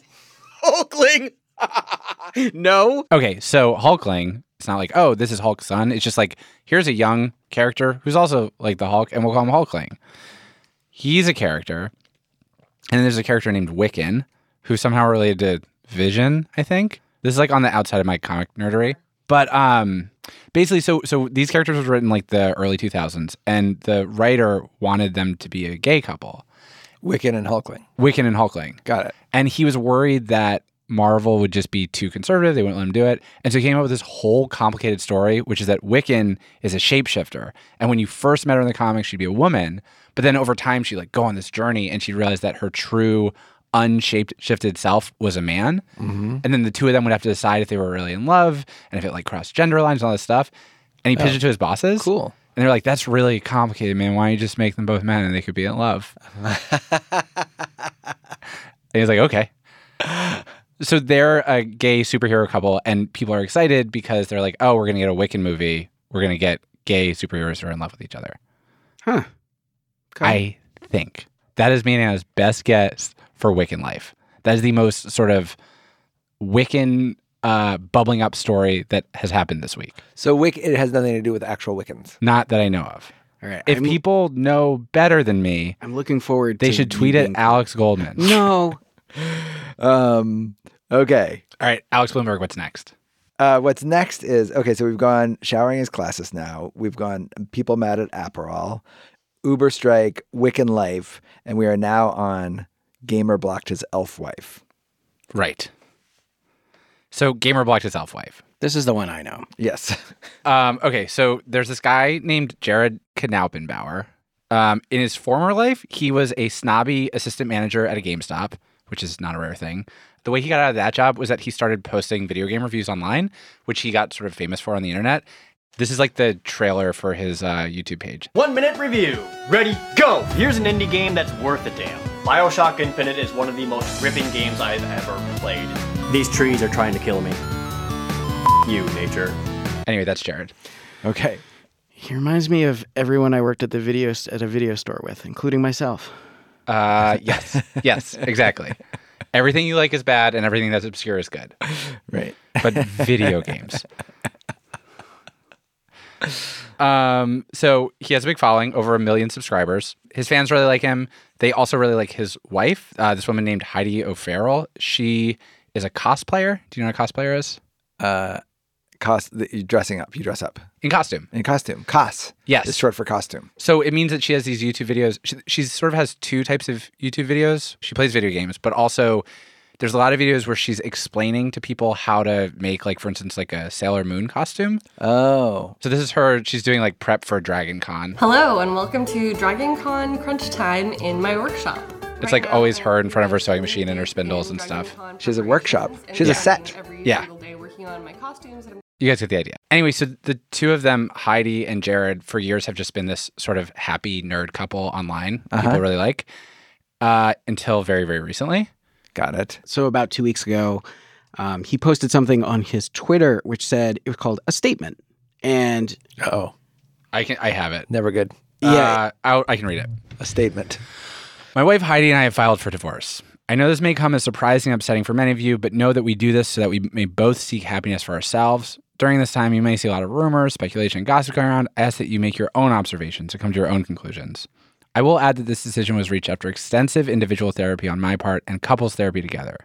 [SPEAKER 2] Hulkling? no.
[SPEAKER 1] Okay, so Hulkling, it's not like, oh, this is Hulk's son. It's just like, here's a young character who's also like the Hulk, and we'll call him Hulkling. He's a character. And then there's a character named Wiccan, who's somehow related to Vision, I think. This is like on the outside of my comic nerdery. But um basically so so these characters were written like the early 2000s and the writer wanted them to be a gay couple,
[SPEAKER 3] Wiccan and Hulkling.
[SPEAKER 1] Wiccan and Hulkling.
[SPEAKER 3] Got it.
[SPEAKER 1] And he was worried that Marvel would just be too conservative. They wouldn't let him do it. And so he came up with this whole complicated story, which is that Wiccan is a shapeshifter. And when you first met her in the comics, she'd be a woman. But then over time, she'd like go on this journey and she realized that her true unshaped shifted self was a man. And then the two of them would have to decide if they were really in love and if it like crossed gender lines and all this stuff. And he pitched it to his bosses.
[SPEAKER 3] cool.
[SPEAKER 1] And they're like, that's really complicated, man. Why don't you just make them both men and they could be in love? And he's like, okay. So they're a gay superhero couple, and people are excited because they're like, oh, we're going to get a Wiccan movie. We're going to get gay superheroes who are in love with each other.
[SPEAKER 2] Huh.
[SPEAKER 1] I think that is me and Anna's best guess for Wiccan life. That is the most sort of Wiccan uh, bubbling up story that has happened this week.
[SPEAKER 3] So Wic it has nothing to do with actual Wiccans.
[SPEAKER 1] Not that I know of.
[SPEAKER 2] All right.
[SPEAKER 1] If
[SPEAKER 2] I'm,
[SPEAKER 1] people know better than me,
[SPEAKER 2] I'm looking forward
[SPEAKER 1] they
[SPEAKER 2] to
[SPEAKER 1] should tweet at
[SPEAKER 2] reading-
[SPEAKER 1] Alex Goldman.
[SPEAKER 2] No.
[SPEAKER 3] Um, okay.
[SPEAKER 1] All right, Alex Bloomberg, what's next?
[SPEAKER 3] Uh, what's next is okay. So we've gone showering is classes now. We've gone people mad at Aperol, Uber strike, Wiccan life, and we are now on gamer blocked his elf wife.
[SPEAKER 1] Right. So, Gamer blocked his elf wife.
[SPEAKER 2] This is the one I know.
[SPEAKER 3] Yes,
[SPEAKER 1] Um, okay, so there's this guy named Jared Knaupenbauer. Um, in his former life, he was a snobby assistant manager at a GameStop, which is not a rare thing. The way he got out of that job was that he started posting video game reviews online, which he got sort of famous for on the internet. This is like the trailer for his uh, YouTube page.
[SPEAKER 7] One minute review. Ready, go! Here's an indie game that's worth a damn. Bioshock Infinite is one of the most ripping games I've ever played. These trees are trying to kill me. F- you, nature.
[SPEAKER 1] Anyway, that's Jared.
[SPEAKER 3] okay.
[SPEAKER 2] He reminds me of everyone I worked at the video s- at a video store with, including myself.
[SPEAKER 1] Uh, yes, yes, exactly. Everything you like is bad, and everything that's obscure is good.
[SPEAKER 3] Right.
[SPEAKER 1] but video games. Um, so he has a big following, over a million subscribers. His fans really like him. They also really like his wife, uh, this woman named Heidi O'Farrell. She is a cosplayer. Do you know what a cosplayer is?
[SPEAKER 3] Cost the, you dressing up. You dress up
[SPEAKER 1] In costume.
[SPEAKER 3] in costume. Cos.
[SPEAKER 1] Yes.
[SPEAKER 3] It's short for costume.
[SPEAKER 1] So it means that she has these YouTube videos. She, she sort of has two types of YouTube videos. She plays video games, but also there's a lot of videos where she's explaining to people how to make, like, for instance, like a Sailor Moon costume.
[SPEAKER 3] Oh,
[SPEAKER 1] So this is her. She's doing like prep for Dragon Con.
[SPEAKER 8] Hello and welcome to Dragon Con Crunch Time in my workshop.
[SPEAKER 1] It's like always her in front of her sewing machine and her spindles and stuff.
[SPEAKER 3] She has a workshop. She has a set.
[SPEAKER 1] Yeah.
[SPEAKER 8] yeah.
[SPEAKER 1] You guys get the idea. Anyway, so the two of them, Heidi and Jared, for years have just been this sort of happy nerd couple online. People really like uh, until very, very recently.
[SPEAKER 3] got it.
[SPEAKER 2] So about two weeks ago, um, he posted something on his Twitter which said it was called a statement, and
[SPEAKER 3] Oh,
[SPEAKER 1] I can, I have it.
[SPEAKER 3] never good.
[SPEAKER 1] Yeah, uh, i I can read it.
[SPEAKER 3] A statement.
[SPEAKER 1] My wife Heidi and I have filed for divorce. I know this may come as surprising and upsetting for many of you, but know that we do this so that we may both seek happiness for ourselves. During this time, you may see a lot of rumors, speculation, and gossip going around. I ask that you make your own observations and come to your own conclusions. I will add that this decision was reached after extensive individual therapy on my part and couples therapy together.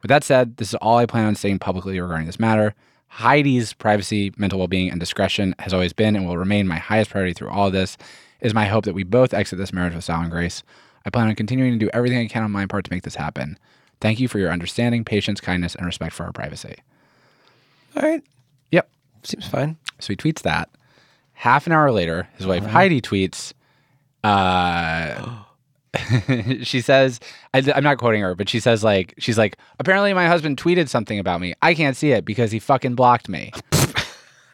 [SPEAKER 1] With that said, this is all I plan on saying publicly regarding this matter. Heidi's privacy, mental well being, and discretion has always been and will remain my highest priority through all of this. It is my hope that we both exit this marriage with style and grace. I plan on continuing to do everything I can on my part to make this happen. Thank you for your understanding, patience, kindness, and respect for our privacy.
[SPEAKER 3] All right.
[SPEAKER 1] Yep.
[SPEAKER 3] Seems fine.
[SPEAKER 1] So he tweets that. Half an hour later, his wife Heidi tweets. Uh, she says, I, am not quoting her, but she says like she's like apparently my husband tweeted something about me. I can't see it because he fucking blocked me.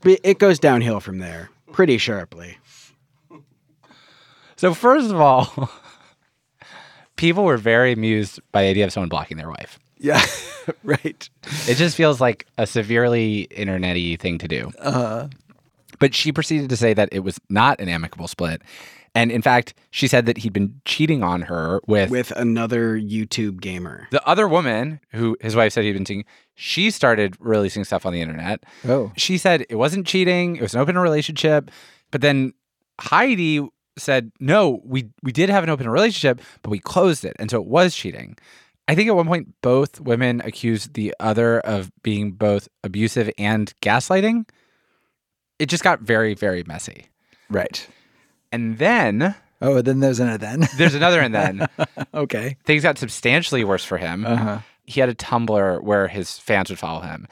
[SPEAKER 2] it it goes downhill from there pretty sharply.
[SPEAKER 1] So first of all, people were very amused by the idea of someone blocking their wife.
[SPEAKER 3] Yeah. right.
[SPEAKER 1] It just feels like a severely internety thing to do. Uh-huh. But she proceeded to say that it was not an amicable split And in fact, she said that he'd been cheating on her with,
[SPEAKER 2] with another YouTube gamer.
[SPEAKER 1] the other woman who his wife said he'd been seeing. She started releasing stuff on the internet.
[SPEAKER 3] Oh.
[SPEAKER 1] She said it wasn't cheating, it was an open relationship. But then Heidi said, "No, we we did have an open relationship, but we closed it, and so it was cheating." I think at one point both women accused the other of being both abusive and gaslighting. It just got very very messy.
[SPEAKER 3] Right.
[SPEAKER 1] And then
[SPEAKER 3] Oh, then there's another then.
[SPEAKER 1] there's another and then
[SPEAKER 3] okay.
[SPEAKER 1] things got substantially worse for him.
[SPEAKER 3] Uh-huh.
[SPEAKER 1] He had a Tumblr where his fans would follow him.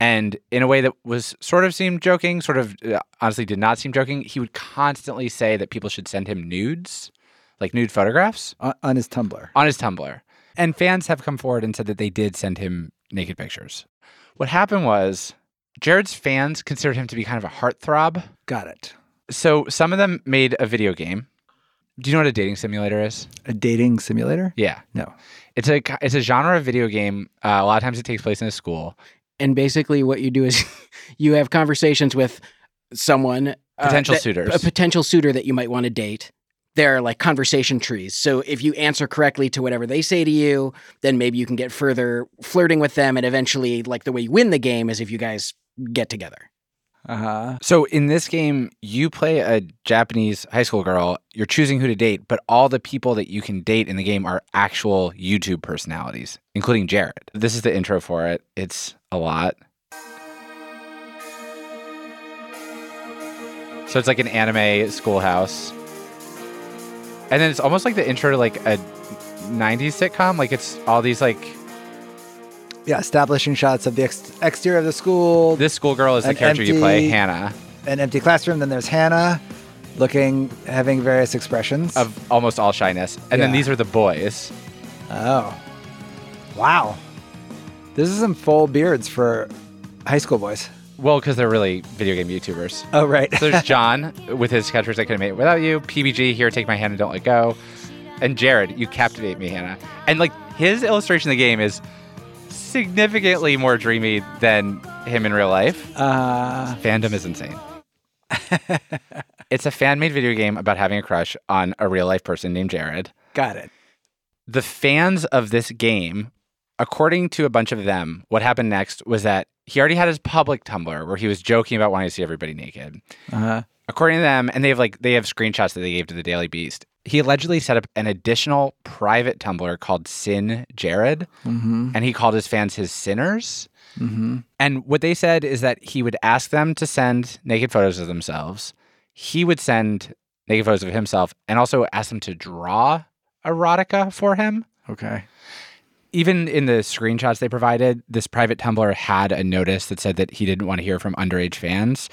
[SPEAKER 1] And in a way that was sort of seemed joking, sort of uh, honestly did not seem joking, he would constantly say that people should send him nudes, like nude photographs,
[SPEAKER 3] On, on his Tumblr.
[SPEAKER 1] on his Tumblr. And fans have come forward and said that they did send him naked pictures. What happened was Jared's fans considered him to be kind of a heartthrob.
[SPEAKER 3] Got it.
[SPEAKER 1] So some of them made a video game. Do you know what a dating simulator is?
[SPEAKER 3] A dating simulator?
[SPEAKER 1] Yeah.
[SPEAKER 3] No.
[SPEAKER 1] It's a it's a genre of video game. Uh, a lot of times it takes place in a school,
[SPEAKER 2] And basically, what you do is you have conversations with someone, uh,
[SPEAKER 1] Potential
[SPEAKER 2] that-
[SPEAKER 1] suitors.
[SPEAKER 2] a potential suitor that you might want to date. They're like conversation trees. So if you answer correctly to whatever they say to you, then maybe you can get further flirting with them. And eventually, like the way you win the game is if you guys get together.
[SPEAKER 3] Uh huh.
[SPEAKER 1] So in this game, you play a Japanese high school girl. You're choosing who to date, but all the people that you can date in the game are actual YouTube personalities, including Jared. This is the intro for it. It's a lot. So it's like an anime schoolhouse. And then it's almost like the intro to like a 90s sitcom. Like it's all these like
[SPEAKER 3] Yeah, establishing shots of the ex- exterior of the school,
[SPEAKER 1] this schoolgirl is the
[SPEAKER 3] An
[SPEAKER 1] character you play,
[SPEAKER 3] empty-
[SPEAKER 1] Hannah,
[SPEAKER 3] an empty classroom. Then there's Hannah looking, having various expressions.
[SPEAKER 1] of almost all shyness. And then
[SPEAKER 3] Yeah.
[SPEAKER 1] these are the boys.
[SPEAKER 3] oh. Wow. This is some full beards for high school boys.
[SPEAKER 1] Well, because they're really video game YouTubers.
[SPEAKER 3] Oh, right.
[SPEAKER 1] So there's John with his catchphrase, I couldn't make it without you. PBG, here, take my hand and don't let go. And Jared, you captivate me, Hannah. And like his illustration of the game is significantly more dreamy than him in real life.
[SPEAKER 3] uh,
[SPEAKER 1] Fandom is insane. it's a fan made video game about having a crush on a real life person named Jared.
[SPEAKER 3] got it.
[SPEAKER 1] the fans of this game, according to a bunch of them, what happened next was that he already had his public Tumblr where he was joking about wanting to see everybody naked.
[SPEAKER 3] Uh huh.
[SPEAKER 1] According to them, and they have like they have screenshots that they gave to the Daily Beast. He allegedly set up an additional private Tumblr called Sin Jared,
[SPEAKER 3] Mm-hmm.
[SPEAKER 1] and he called his fans his sinners.
[SPEAKER 3] Mm-hmm.
[SPEAKER 1] And what they said is that he would ask them to send naked photos of themselves. He would send naked photos of himself and also ask them to draw erotica for him.
[SPEAKER 3] Okay.
[SPEAKER 1] even in the screenshots they provided, this private Tumblr had a notice that said that he didn't want to hear from underage fans.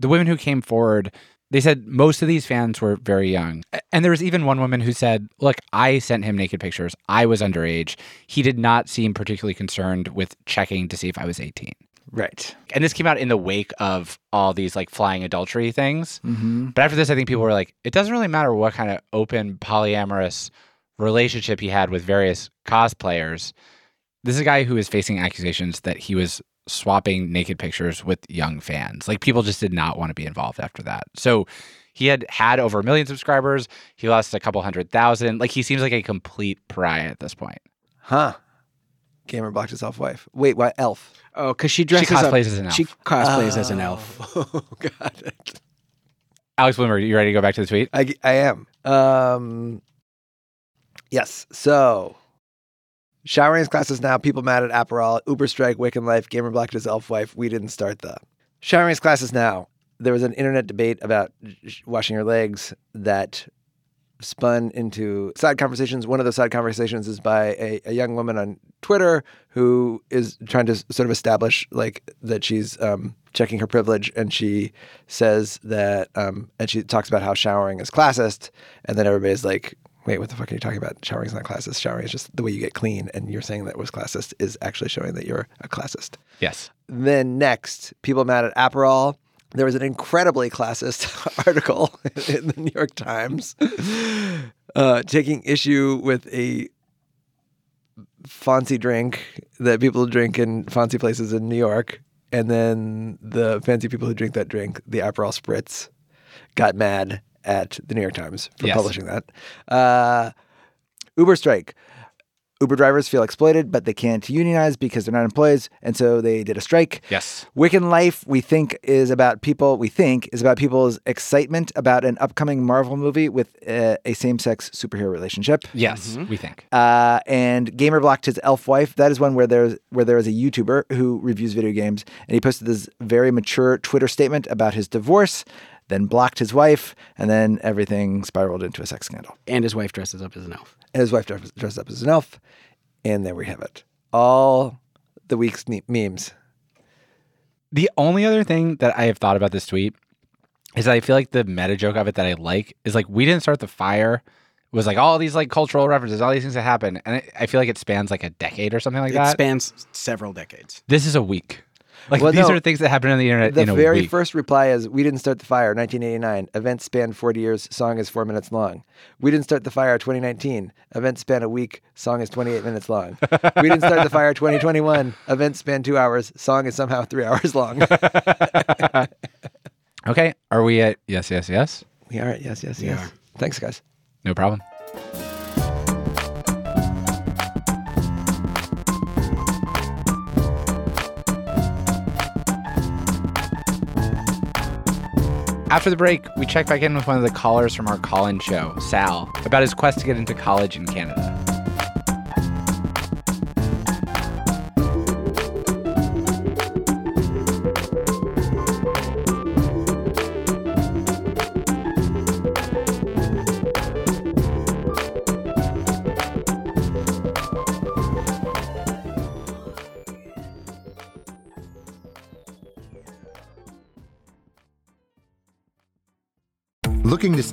[SPEAKER 1] The women who came forward, they said most of these fans were very young. A- And there was even one woman who said, Look, I sent him naked pictures. I was underage. He did not seem particularly concerned with checking to see if I was 18.
[SPEAKER 3] Right.
[SPEAKER 1] And this came out in the wake of all these like flying adultery things.
[SPEAKER 3] Mm-hmm.
[SPEAKER 1] But after this, I think people were like, it doesn't really matter what kind of open polyamorous relationship he had with various cosplayers. This is a guy who is facing accusations that he was swapping naked pictures with young fans. Like people just did not want to be involved after that. So he had had over a million subscribers. He lost a couple hundred thousand. Like he seems like a complete pariah at this point.
[SPEAKER 3] Huh. Gamer blocked his elf wife. Wait, why elf?
[SPEAKER 2] Oh, because she dresses up-
[SPEAKER 1] cosplays as an
[SPEAKER 2] She
[SPEAKER 1] elf.
[SPEAKER 2] cosplays as an elf.
[SPEAKER 3] Oh, got it.
[SPEAKER 1] Alex Bloomer, you ready to go back to the tweet?
[SPEAKER 3] I, I am. Um, yes. So, showering his classes now. People mad at Aperol, Uber strike, Wiccan life, gamer blocked his elf wife. We didn't start the showering his classes now. There was an internet debate about sh- washing your legs that spun into side conversations. One of those side conversations is by a, a young woman on Twitter who is trying to s- sort of establish like that she's um, checking her privilege, and she says that, um, and she talks about how showering is classist, and then everybody's like. Wait, what the fuck are you talking about? Showering is not classist. Showering is just the way you get clean, and you're saying that was classist is actually showing that you're a classist.
[SPEAKER 1] Yes.
[SPEAKER 3] Then next, people mad at Aperol. There was an incredibly classist article in the New York Times uh, taking issue with a fancy drink that people drink in fancy places in New York. And then the fancy people who drink that drink, the Aperol spritz, got mad at the New York Times for
[SPEAKER 1] Yes.
[SPEAKER 3] publishing that. Uh, Uber strike. Uber drivers feel exploited, but they can't unionize because they're not employees, and so they did a strike.
[SPEAKER 1] Yes.
[SPEAKER 3] Wiccan Life, we think, is about people. We think is about people's excitement about an upcoming Marvel movie with uh, a same-sex superhero relationship.
[SPEAKER 1] Yes,
[SPEAKER 2] Mm-hmm.
[SPEAKER 1] we think.
[SPEAKER 3] Uh, and gamer blocked his elf wife. That is one where there's where there is a YouTuber who reviews video games, and he posted this very mature Twitter statement about his divorce, then blocked his wife, and then everything spiraled into a sex scandal.
[SPEAKER 2] And his wife dresses up as an elf.
[SPEAKER 3] And his wife dress- dressed up as an elf, and there we have it. All the week's ne- memes.
[SPEAKER 1] The only other thing that I have thought about this tweet is I feel like the meta joke of it that I like is like we didn't start the fire. It was like all these like cultural references, all these things that happen, and it, I feel like it spans like a decade or something like
[SPEAKER 2] It
[SPEAKER 1] that.
[SPEAKER 2] spans several decades.
[SPEAKER 1] this is a week. Like
[SPEAKER 3] Well,
[SPEAKER 1] these
[SPEAKER 3] no,
[SPEAKER 1] are things that happen on the internet
[SPEAKER 3] The
[SPEAKER 1] in a
[SPEAKER 3] very
[SPEAKER 1] week.
[SPEAKER 3] first reply is We Didn't Start the Fire, 1989. Event spanned 40 years. Song is four minutes long. We Didn't Start the Fire, 2019. Event spanned a week. Song is 28 minutes long. we Didn't Start the Fire, 2021. Event spanned two hours. Song is somehow three hours long.
[SPEAKER 1] okay, are we at yes, yes, yes?
[SPEAKER 3] we are. at Yes, yes, yes. Thanks, guys.
[SPEAKER 1] No problem. After the break, we check back in with one of the callers from our call in show, Sal, about his quest to get into college in Canada.
[SPEAKER 9] Looking to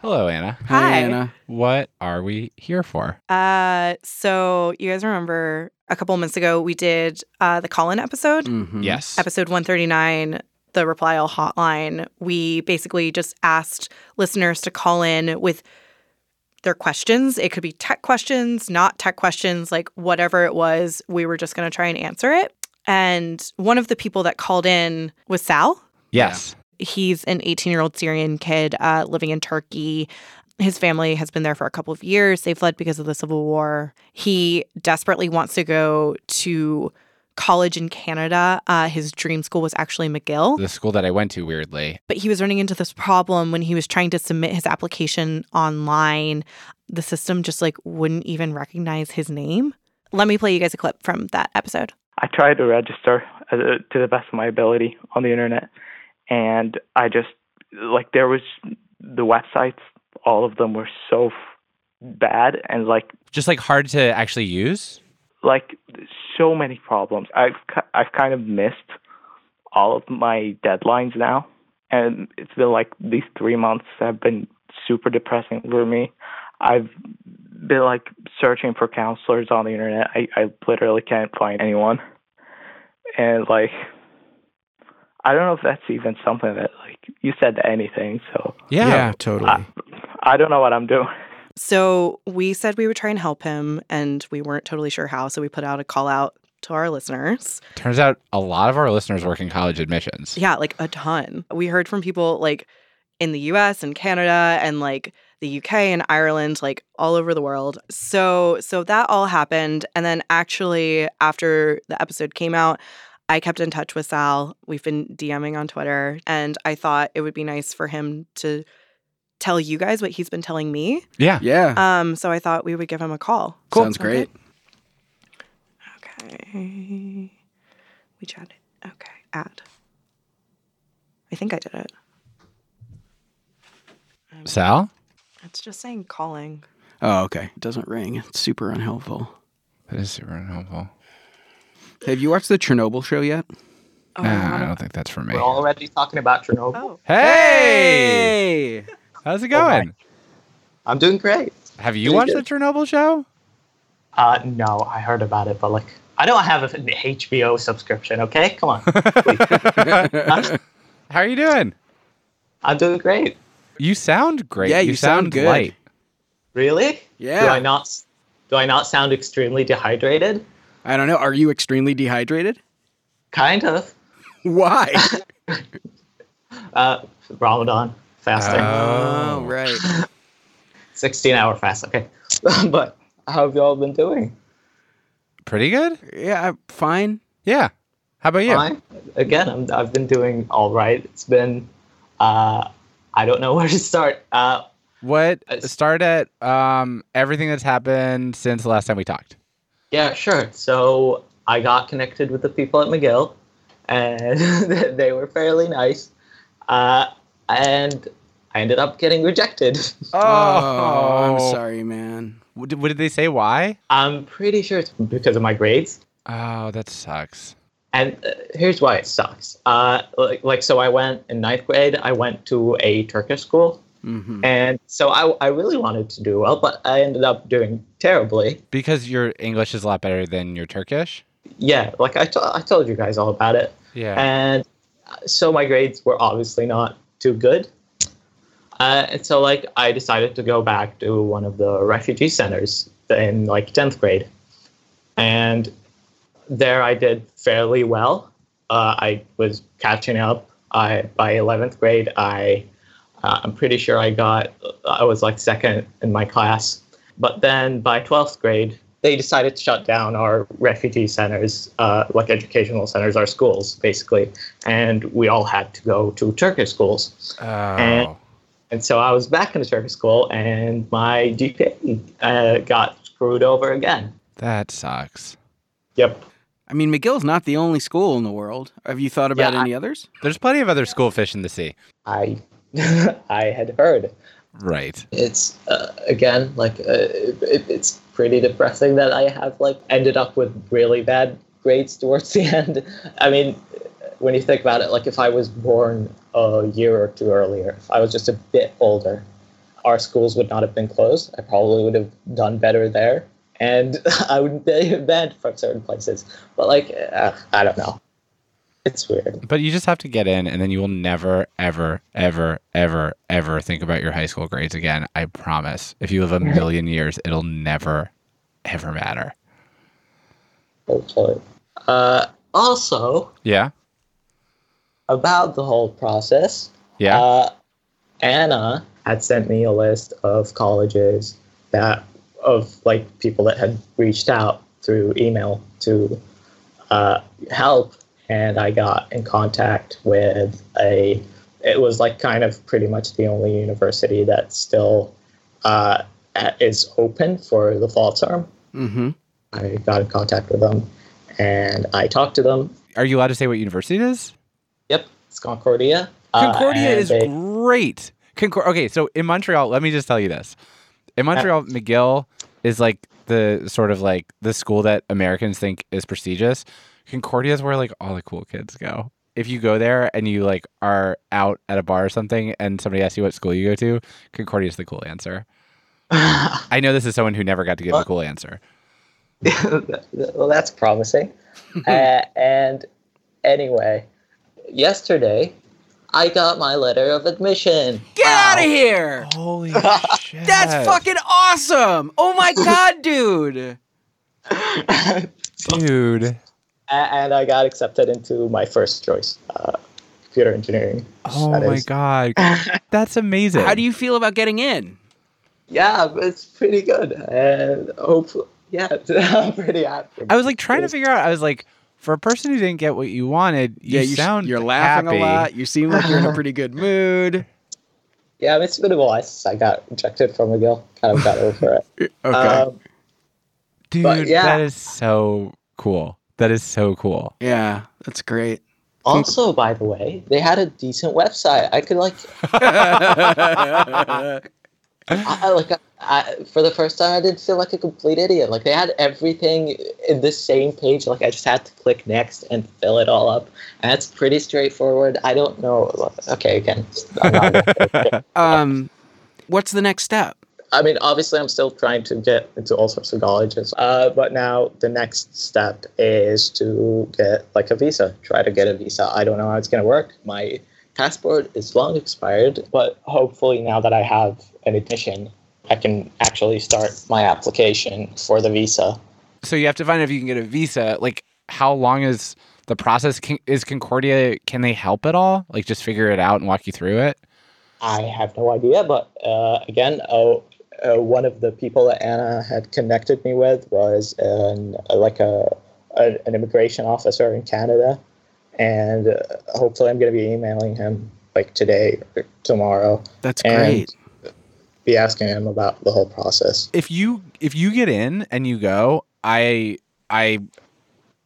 [SPEAKER 1] Hello, Anna.
[SPEAKER 10] Hi.
[SPEAKER 2] Anna.
[SPEAKER 1] What are we here for?
[SPEAKER 11] Uh, so you guys remember a couple months ago we did uh, the call-in episode,
[SPEAKER 2] Mhm.
[SPEAKER 1] Yes.
[SPEAKER 11] Mm-hmm. episode 139, the Reply All Hotline. We basically just asked listeners to call in with their questions. It could be tech questions, not tech questions, like whatever it was. We were just going to try and answer it. And one of the people that called in was Sal.
[SPEAKER 1] Yes.
[SPEAKER 11] He's an 18 year old Syrian kid uh, living in Turkey. His family has been there for a couple of years. They fled because of the civil war. He desperately wants to go to college in Canada. Uh, his dream school was actually McGill
[SPEAKER 1] The school that I went to, weirdly.
[SPEAKER 11] but he was running into this problem when he was trying to submit his application online. The system just like wouldn't even recognize his name. Let me play you guys a clip from that episode.
[SPEAKER 10] I tried to register uh, to the best of my ability on the internet,
[SPEAKER 12] and I just like there was the websites, all of them were so f- bad and like
[SPEAKER 1] Just like hard to actually use.
[SPEAKER 12] like so many problems. I've ki- I've kind of missed all of my deadlines now, and it's been like these three months have been super depressing for me. I've been like searching for counselors on the internet. I I literally can't find anyone, and like I don't know if that's even something that like you said to anything. So
[SPEAKER 11] Yeah. Yeah,
[SPEAKER 3] totally.
[SPEAKER 12] I, I don't know what I'm doing.
[SPEAKER 11] So we said we would try and help him, and we weren't totally sure how. So we put out a call out to our listeners.
[SPEAKER 1] Turns out a lot of our listeners work in college admissions.
[SPEAKER 11] Yeah, like a ton. We heard from people like in the US and Canada and like the UK and Ireland, like all over the world. So so that all happened. And then actually after the episode came out, I kept in touch with Sal. We've been DMing on Twitter, and I thought it would be nice for him to tell you guys what he's been telling me.
[SPEAKER 1] Yeah.
[SPEAKER 7] Uh,
[SPEAKER 3] Yeah.
[SPEAKER 11] Um, so I thought we would give him a call.
[SPEAKER 3] Sounds
[SPEAKER 11] Okay.
[SPEAKER 3] great.
[SPEAKER 11] Okay. We chatted. Okay. Add. I think I did it.
[SPEAKER 1] Sal?
[SPEAKER 11] It's just saying calling.
[SPEAKER 2] Oh, okay. It doesn't ring. It's super unhelpful.
[SPEAKER 1] That is super unhelpful.
[SPEAKER 2] Have you watched the Chernobyl show yet?
[SPEAKER 7] Oh,
[SPEAKER 1] Nah, I don't think that's for me.
[SPEAKER 7] We're already talking about Chernobyl.
[SPEAKER 11] Oh.
[SPEAKER 1] Hey! How's
[SPEAKER 7] Oh
[SPEAKER 1] it going?
[SPEAKER 7] I'm doing great.
[SPEAKER 1] Have you watched the Chernobyl show?
[SPEAKER 7] Uh, no, I heard about it, but like, I don't have an HBO subscription. Okay, come on.
[SPEAKER 1] How are you doing?
[SPEAKER 7] I'm doing great.
[SPEAKER 1] You sound great.
[SPEAKER 7] Yeah, you sound good.
[SPEAKER 1] light.
[SPEAKER 7] Really?
[SPEAKER 2] Yeah.
[SPEAKER 7] Do I not? Do I not sound extremely dehydrated?
[SPEAKER 2] I don't know. Are you extremely dehydrated?
[SPEAKER 7] Kind of.
[SPEAKER 2] Why?
[SPEAKER 7] Uh, Ramadan fasting.
[SPEAKER 2] Oh, right.
[SPEAKER 7] Sixteen-hour fast. Okay, but how have y'all been doing?
[SPEAKER 1] Pretty good.
[SPEAKER 2] Yeah, I'm fine.
[SPEAKER 1] Yeah. How about you?
[SPEAKER 7] Fine. Again, I'm, I've been doing all right. It's been, uh, I don't know where to start. Uh,
[SPEAKER 1] What? Start at um, everything that's happened since the last time we talked.
[SPEAKER 7] Yeah, sure. So I got connected with the people at McGill, and they were fairly nice. Uh, and I ended up getting rejected.
[SPEAKER 2] Oh, I'm sorry, man.
[SPEAKER 1] What did, what did they say? Why?
[SPEAKER 7] I'm pretty sure it's because of my grades.
[SPEAKER 1] Oh, that sucks.
[SPEAKER 7] And uh, here's why it sucks. Uh, like, like, so I went in ninth grade, I went to a Turkish school.
[SPEAKER 2] Mm-hmm.
[SPEAKER 7] And so I, I really wanted to do well, but I ended up doing terribly.
[SPEAKER 1] Because your English is a lot better than your Turkish.
[SPEAKER 7] Yeah, like I, t- I told you guys all about it.
[SPEAKER 1] Yeah.
[SPEAKER 7] And so my grades were obviously not too good. Uh, and so like I decided to go back to one of the refugee centers in like 10th grade. And there I did fairly well. Uh, I was catching up. I by 11th grade I uh, I'm pretty sure I got I was like second in my class. But then by 12th grade they decided to shut down our refugee centers, uh, like educational centers, our schools, basically. And we all had to go to Turkish schools.
[SPEAKER 1] Oh.
[SPEAKER 7] And, and so I was back in the Turkish school, and my GPA uh, got screwed over again.
[SPEAKER 1] That sucks.
[SPEAKER 7] Yep.
[SPEAKER 2] I mean, McGill's not the only school in the world. Have you thought about
[SPEAKER 7] Yeah, I-
[SPEAKER 2] any others?
[SPEAKER 1] There's plenty of other school fish in the sea.
[SPEAKER 7] I, I had heard.
[SPEAKER 1] Right.
[SPEAKER 7] It's uh, again like uh, it, it's pretty depressing that I have like ended up with really bad grades towards the end. I mean, when you think about it, like if I was born a year or two earlier, if I was just a bit older, our schools would not have been closed. I probably would have done better there, and I wouldn't be banned from certain places. But like, uh, I don't know. It's weird.
[SPEAKER 1] But you just have to get in, and then you will never, ever, ever, ever, ever think about your high school grades again. I promise. If you live a million years, it'll never, ever matter.
[SPEAKER 7] Hopefully. Uh, also,
[SPEAKER 1] Yeah.
[SPEAKER 7] about the whole process.
[SPEAKER 1] Yeah.
[SPEAKER 7] Uh, Anna had sent me a list of colleges that of like people that had reached out through email to uh, help, and I got in contact with a. It was like kind of pretty much the only university that still uh, is open for the fall term.
[SPEAKER 2] Mm-hmm.
[SPEAKER 7] I got in contact with them, and I talked to them.
[SPEAKER 1] Are you allowed to say what university it is?
[SPEAKER 7] Yep, It's Concordia. Uh,
[SPEAKER 1] Concordia
[SPEAKER 7] and
[SPEAKER 1] is
[SPEAKER 7] they-
[SPEAKER 1] great. Concor- okay, so in Montreal, let me just tell you this. In
[SPEAKER 7] Uh,
[SPEAKER 1] Montreal, McGill is like the sort of like the school that Americans think is prestigious. Concordia is where like all the cool kids go. If you go there and you like are out at a bar or something and somebody asks you what school you go to, Concordia is the cool answer. I know this is someone who never got to give a cool answer.
[SPEAKER 7] well, that's promising. uh, and anyway, yesterday I got my letter of admission.
[SPEAKER 2] Get out of here!
[SPEAKER 1] Holy shit.
[SPEAKER 2] That's fucking awesome! Oh my god, dude!
[SPEAKER 1] Dude.
[SPEAKER 7] And I got accepted into my first choice, uh, computer engineering.
[SPEAKER 1] Oh
[SPEAKER 7] that
[SPEAKER 1] my
[SPEAKER 7] is.
[SPEAKER 1] god. That's amazing.
[SPEAKER 2] How do you feel about getting in?
[SPEAKER 7] Yeah, it's pretty good. And hopefully, yeah, I'm pretty happy.
[SPEAKER 1] I was like trying to figure out. I was like, for a person who didn't get what you wanted, you
[SPEAKER 2] Yeah, you s-
[SPEAKER 1] sound
[SPEAKER 2] you're laughing a
[SPEAKER 1] happy.
[SPEAKER 2] lot, you seem like you're in a pretty good mood.
[SPEAKER 7] Yeah, it's been a while since I got rejected from McGill. Kind of got over it.
[SPEAKER 1] Okay.
[SPEAKER 7] Um,
[SPEAKER 1] dude.
[SPEAKER 7] but yeah.
[SPEAKER 1] That is so cool. That is so cool.
[SPEAKER 2] Yeah, that's great.
[SPEAKER 7] also, by the way, they had a decent website. I could like,
[SPEAKER 2] I,
[SPEAKER 7] I, like, I, for the first time, I didn't feel like a complete idiot. Like they had everything in the same page. Like I just had to click next and fill it all up, and it's pretty straightforward. I don't know. Okay, again, I'm not
[SPEAKER 2] um, what's the next step?
[SPEAKER 7] I mean, obviously, I'm still trying to get into all sorts of colleges, uh, but now the next step is to get like a visa. Try to get a visa. I don't know how it's gonna work. My passport is long expired, but hopefully, now that I have an admission, I can actually start my application for the visa.
[SPEAKER 1] So you have to find out if you can get a visa. Like, how long is the process? Can, is Concordia? Can they help at all? Like, just figure it out and walk you through it.
[SPEAKER 7] I have no idea, but uh, again, oh, uh, one of the people that Anna had connected me with was an, like a, a an immigration officer in Canada, and uh, hopefully, I'm going to be emailing him like today or tomorrow.
[SPEAKER 2] That's
[SPEAKER 1] great.
[SPEAKER 7] Be asking him about the whole process.
[SPEAKER 1] If you if you get in and you go, I I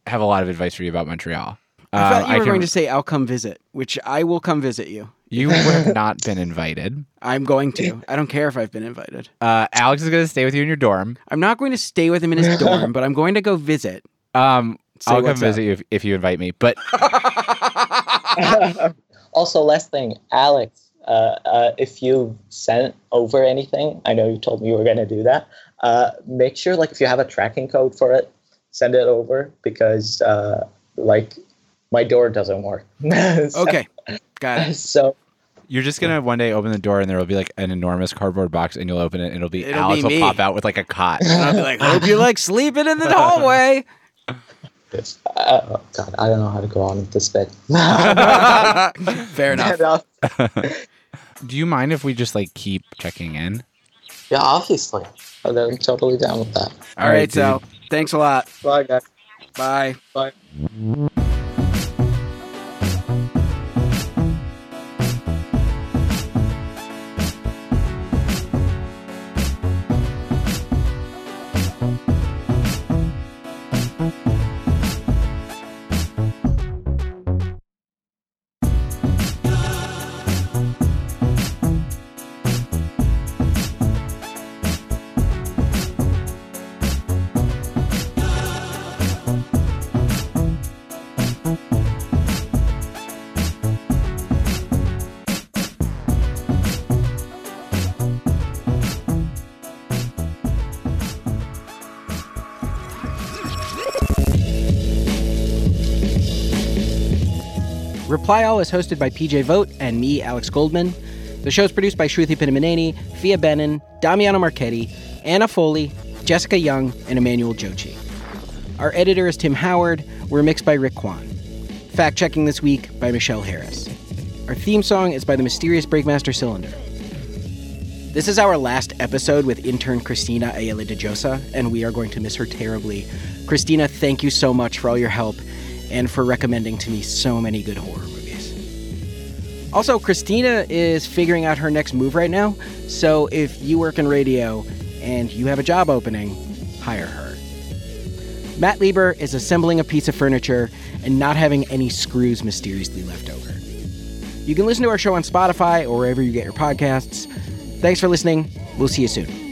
[SPEAKER 1] have a lot of advice for you about Montreal.
[SPEAKER 2] I
[SPEAKER 1] Uh,
[SPEAKER 2] thought you were
[SPEAKER 1] can-
[SPEAKER 2] going to say, I'll come visit, which I will come visit you.
[SPEAKER 1] you would have not been invited.
[SPEAKER 2] I'm going to. I don't care if I've been invited.
[SPEAKER 1] Uh, Alex is going to stay with you in your dorm.
[SPEAKER 2] I'm not going to stay with him in his dorm, but I'm going to go visit.
[SPEAKER 1] Um,
[SPEAKER 2] Say
[SPEAKER 1] I'll come
[SPEAKER 2] what's up.
[SPEAKER 1] visit you if, if you invite me. But
[SPEAKER 7] also, last thing, Alex, uh, uh, if you sent over anything, I know you told me you were going to do that. Uh, make sure, like, if you have a tracking code for it, send it over because, uh, like, my door doesn't work. So-
[SPEAKER 2] Okay, got it.
[SPEAKER 7] So
[SPEAKER 1] you're just gonna one day open the door and there will be like an enormous cardboard box and you'll open it and it'll be
[SPEAKER 2] It'll
[SPEAKER 1] Alex
[SPEAKER 2] be
[SPEAKER 1] will
[SPEAKER 2] me.
[SPEAKER 1] pop out with like a cot.
[SPEAKER 2] And I'll be like, hope you like sleeping in the hallway.
[SPEAKER 7] uh, oh, God, I don't know how to go on with this bit.
[SPEAKER 2] Fair enough.
[SPEAKER 1] Do you mind if we just like keep checking in?
[SPEAKER 7] yeah, obviously. I'm totally down with that.
[SPEAKER 2] All right, so thanks a lot.
[SPEAKER 7] Bye, guys.
[SPEAKER 2] Bye.
[SPEAKER 7] Bye.
[SPEAKER 2] Reply All is hosted by PJ Vote and me, Alex Goldman. The show's produced by Shruti Pinamaneni, Fia Benin, Damiano Marchetti, Anna Foley, Jessica Young, and Emmanuel Jochi. Our editor is Tim Howard. We're mixed by Rick Kwan. Fact checking this week by Michelle Harris. Our theme song is by the mysterious Breakmaster Cylinder. This is our last episode with intern Christina Ayala de Josa, and we are going to miss her terribly. Christina, thank you so much for all your help and for recommending to me so many good horror movies. Also, Christina is figuring out her next move right now, so if you work in radio and you have a job opening, hire her. Matt Lieber is assembling a piece of furniture and not having any screws mysteriously left over. You can listen to our show on Spotify or wherever you get your podcasts. Thanks for listening. We'll see you soon.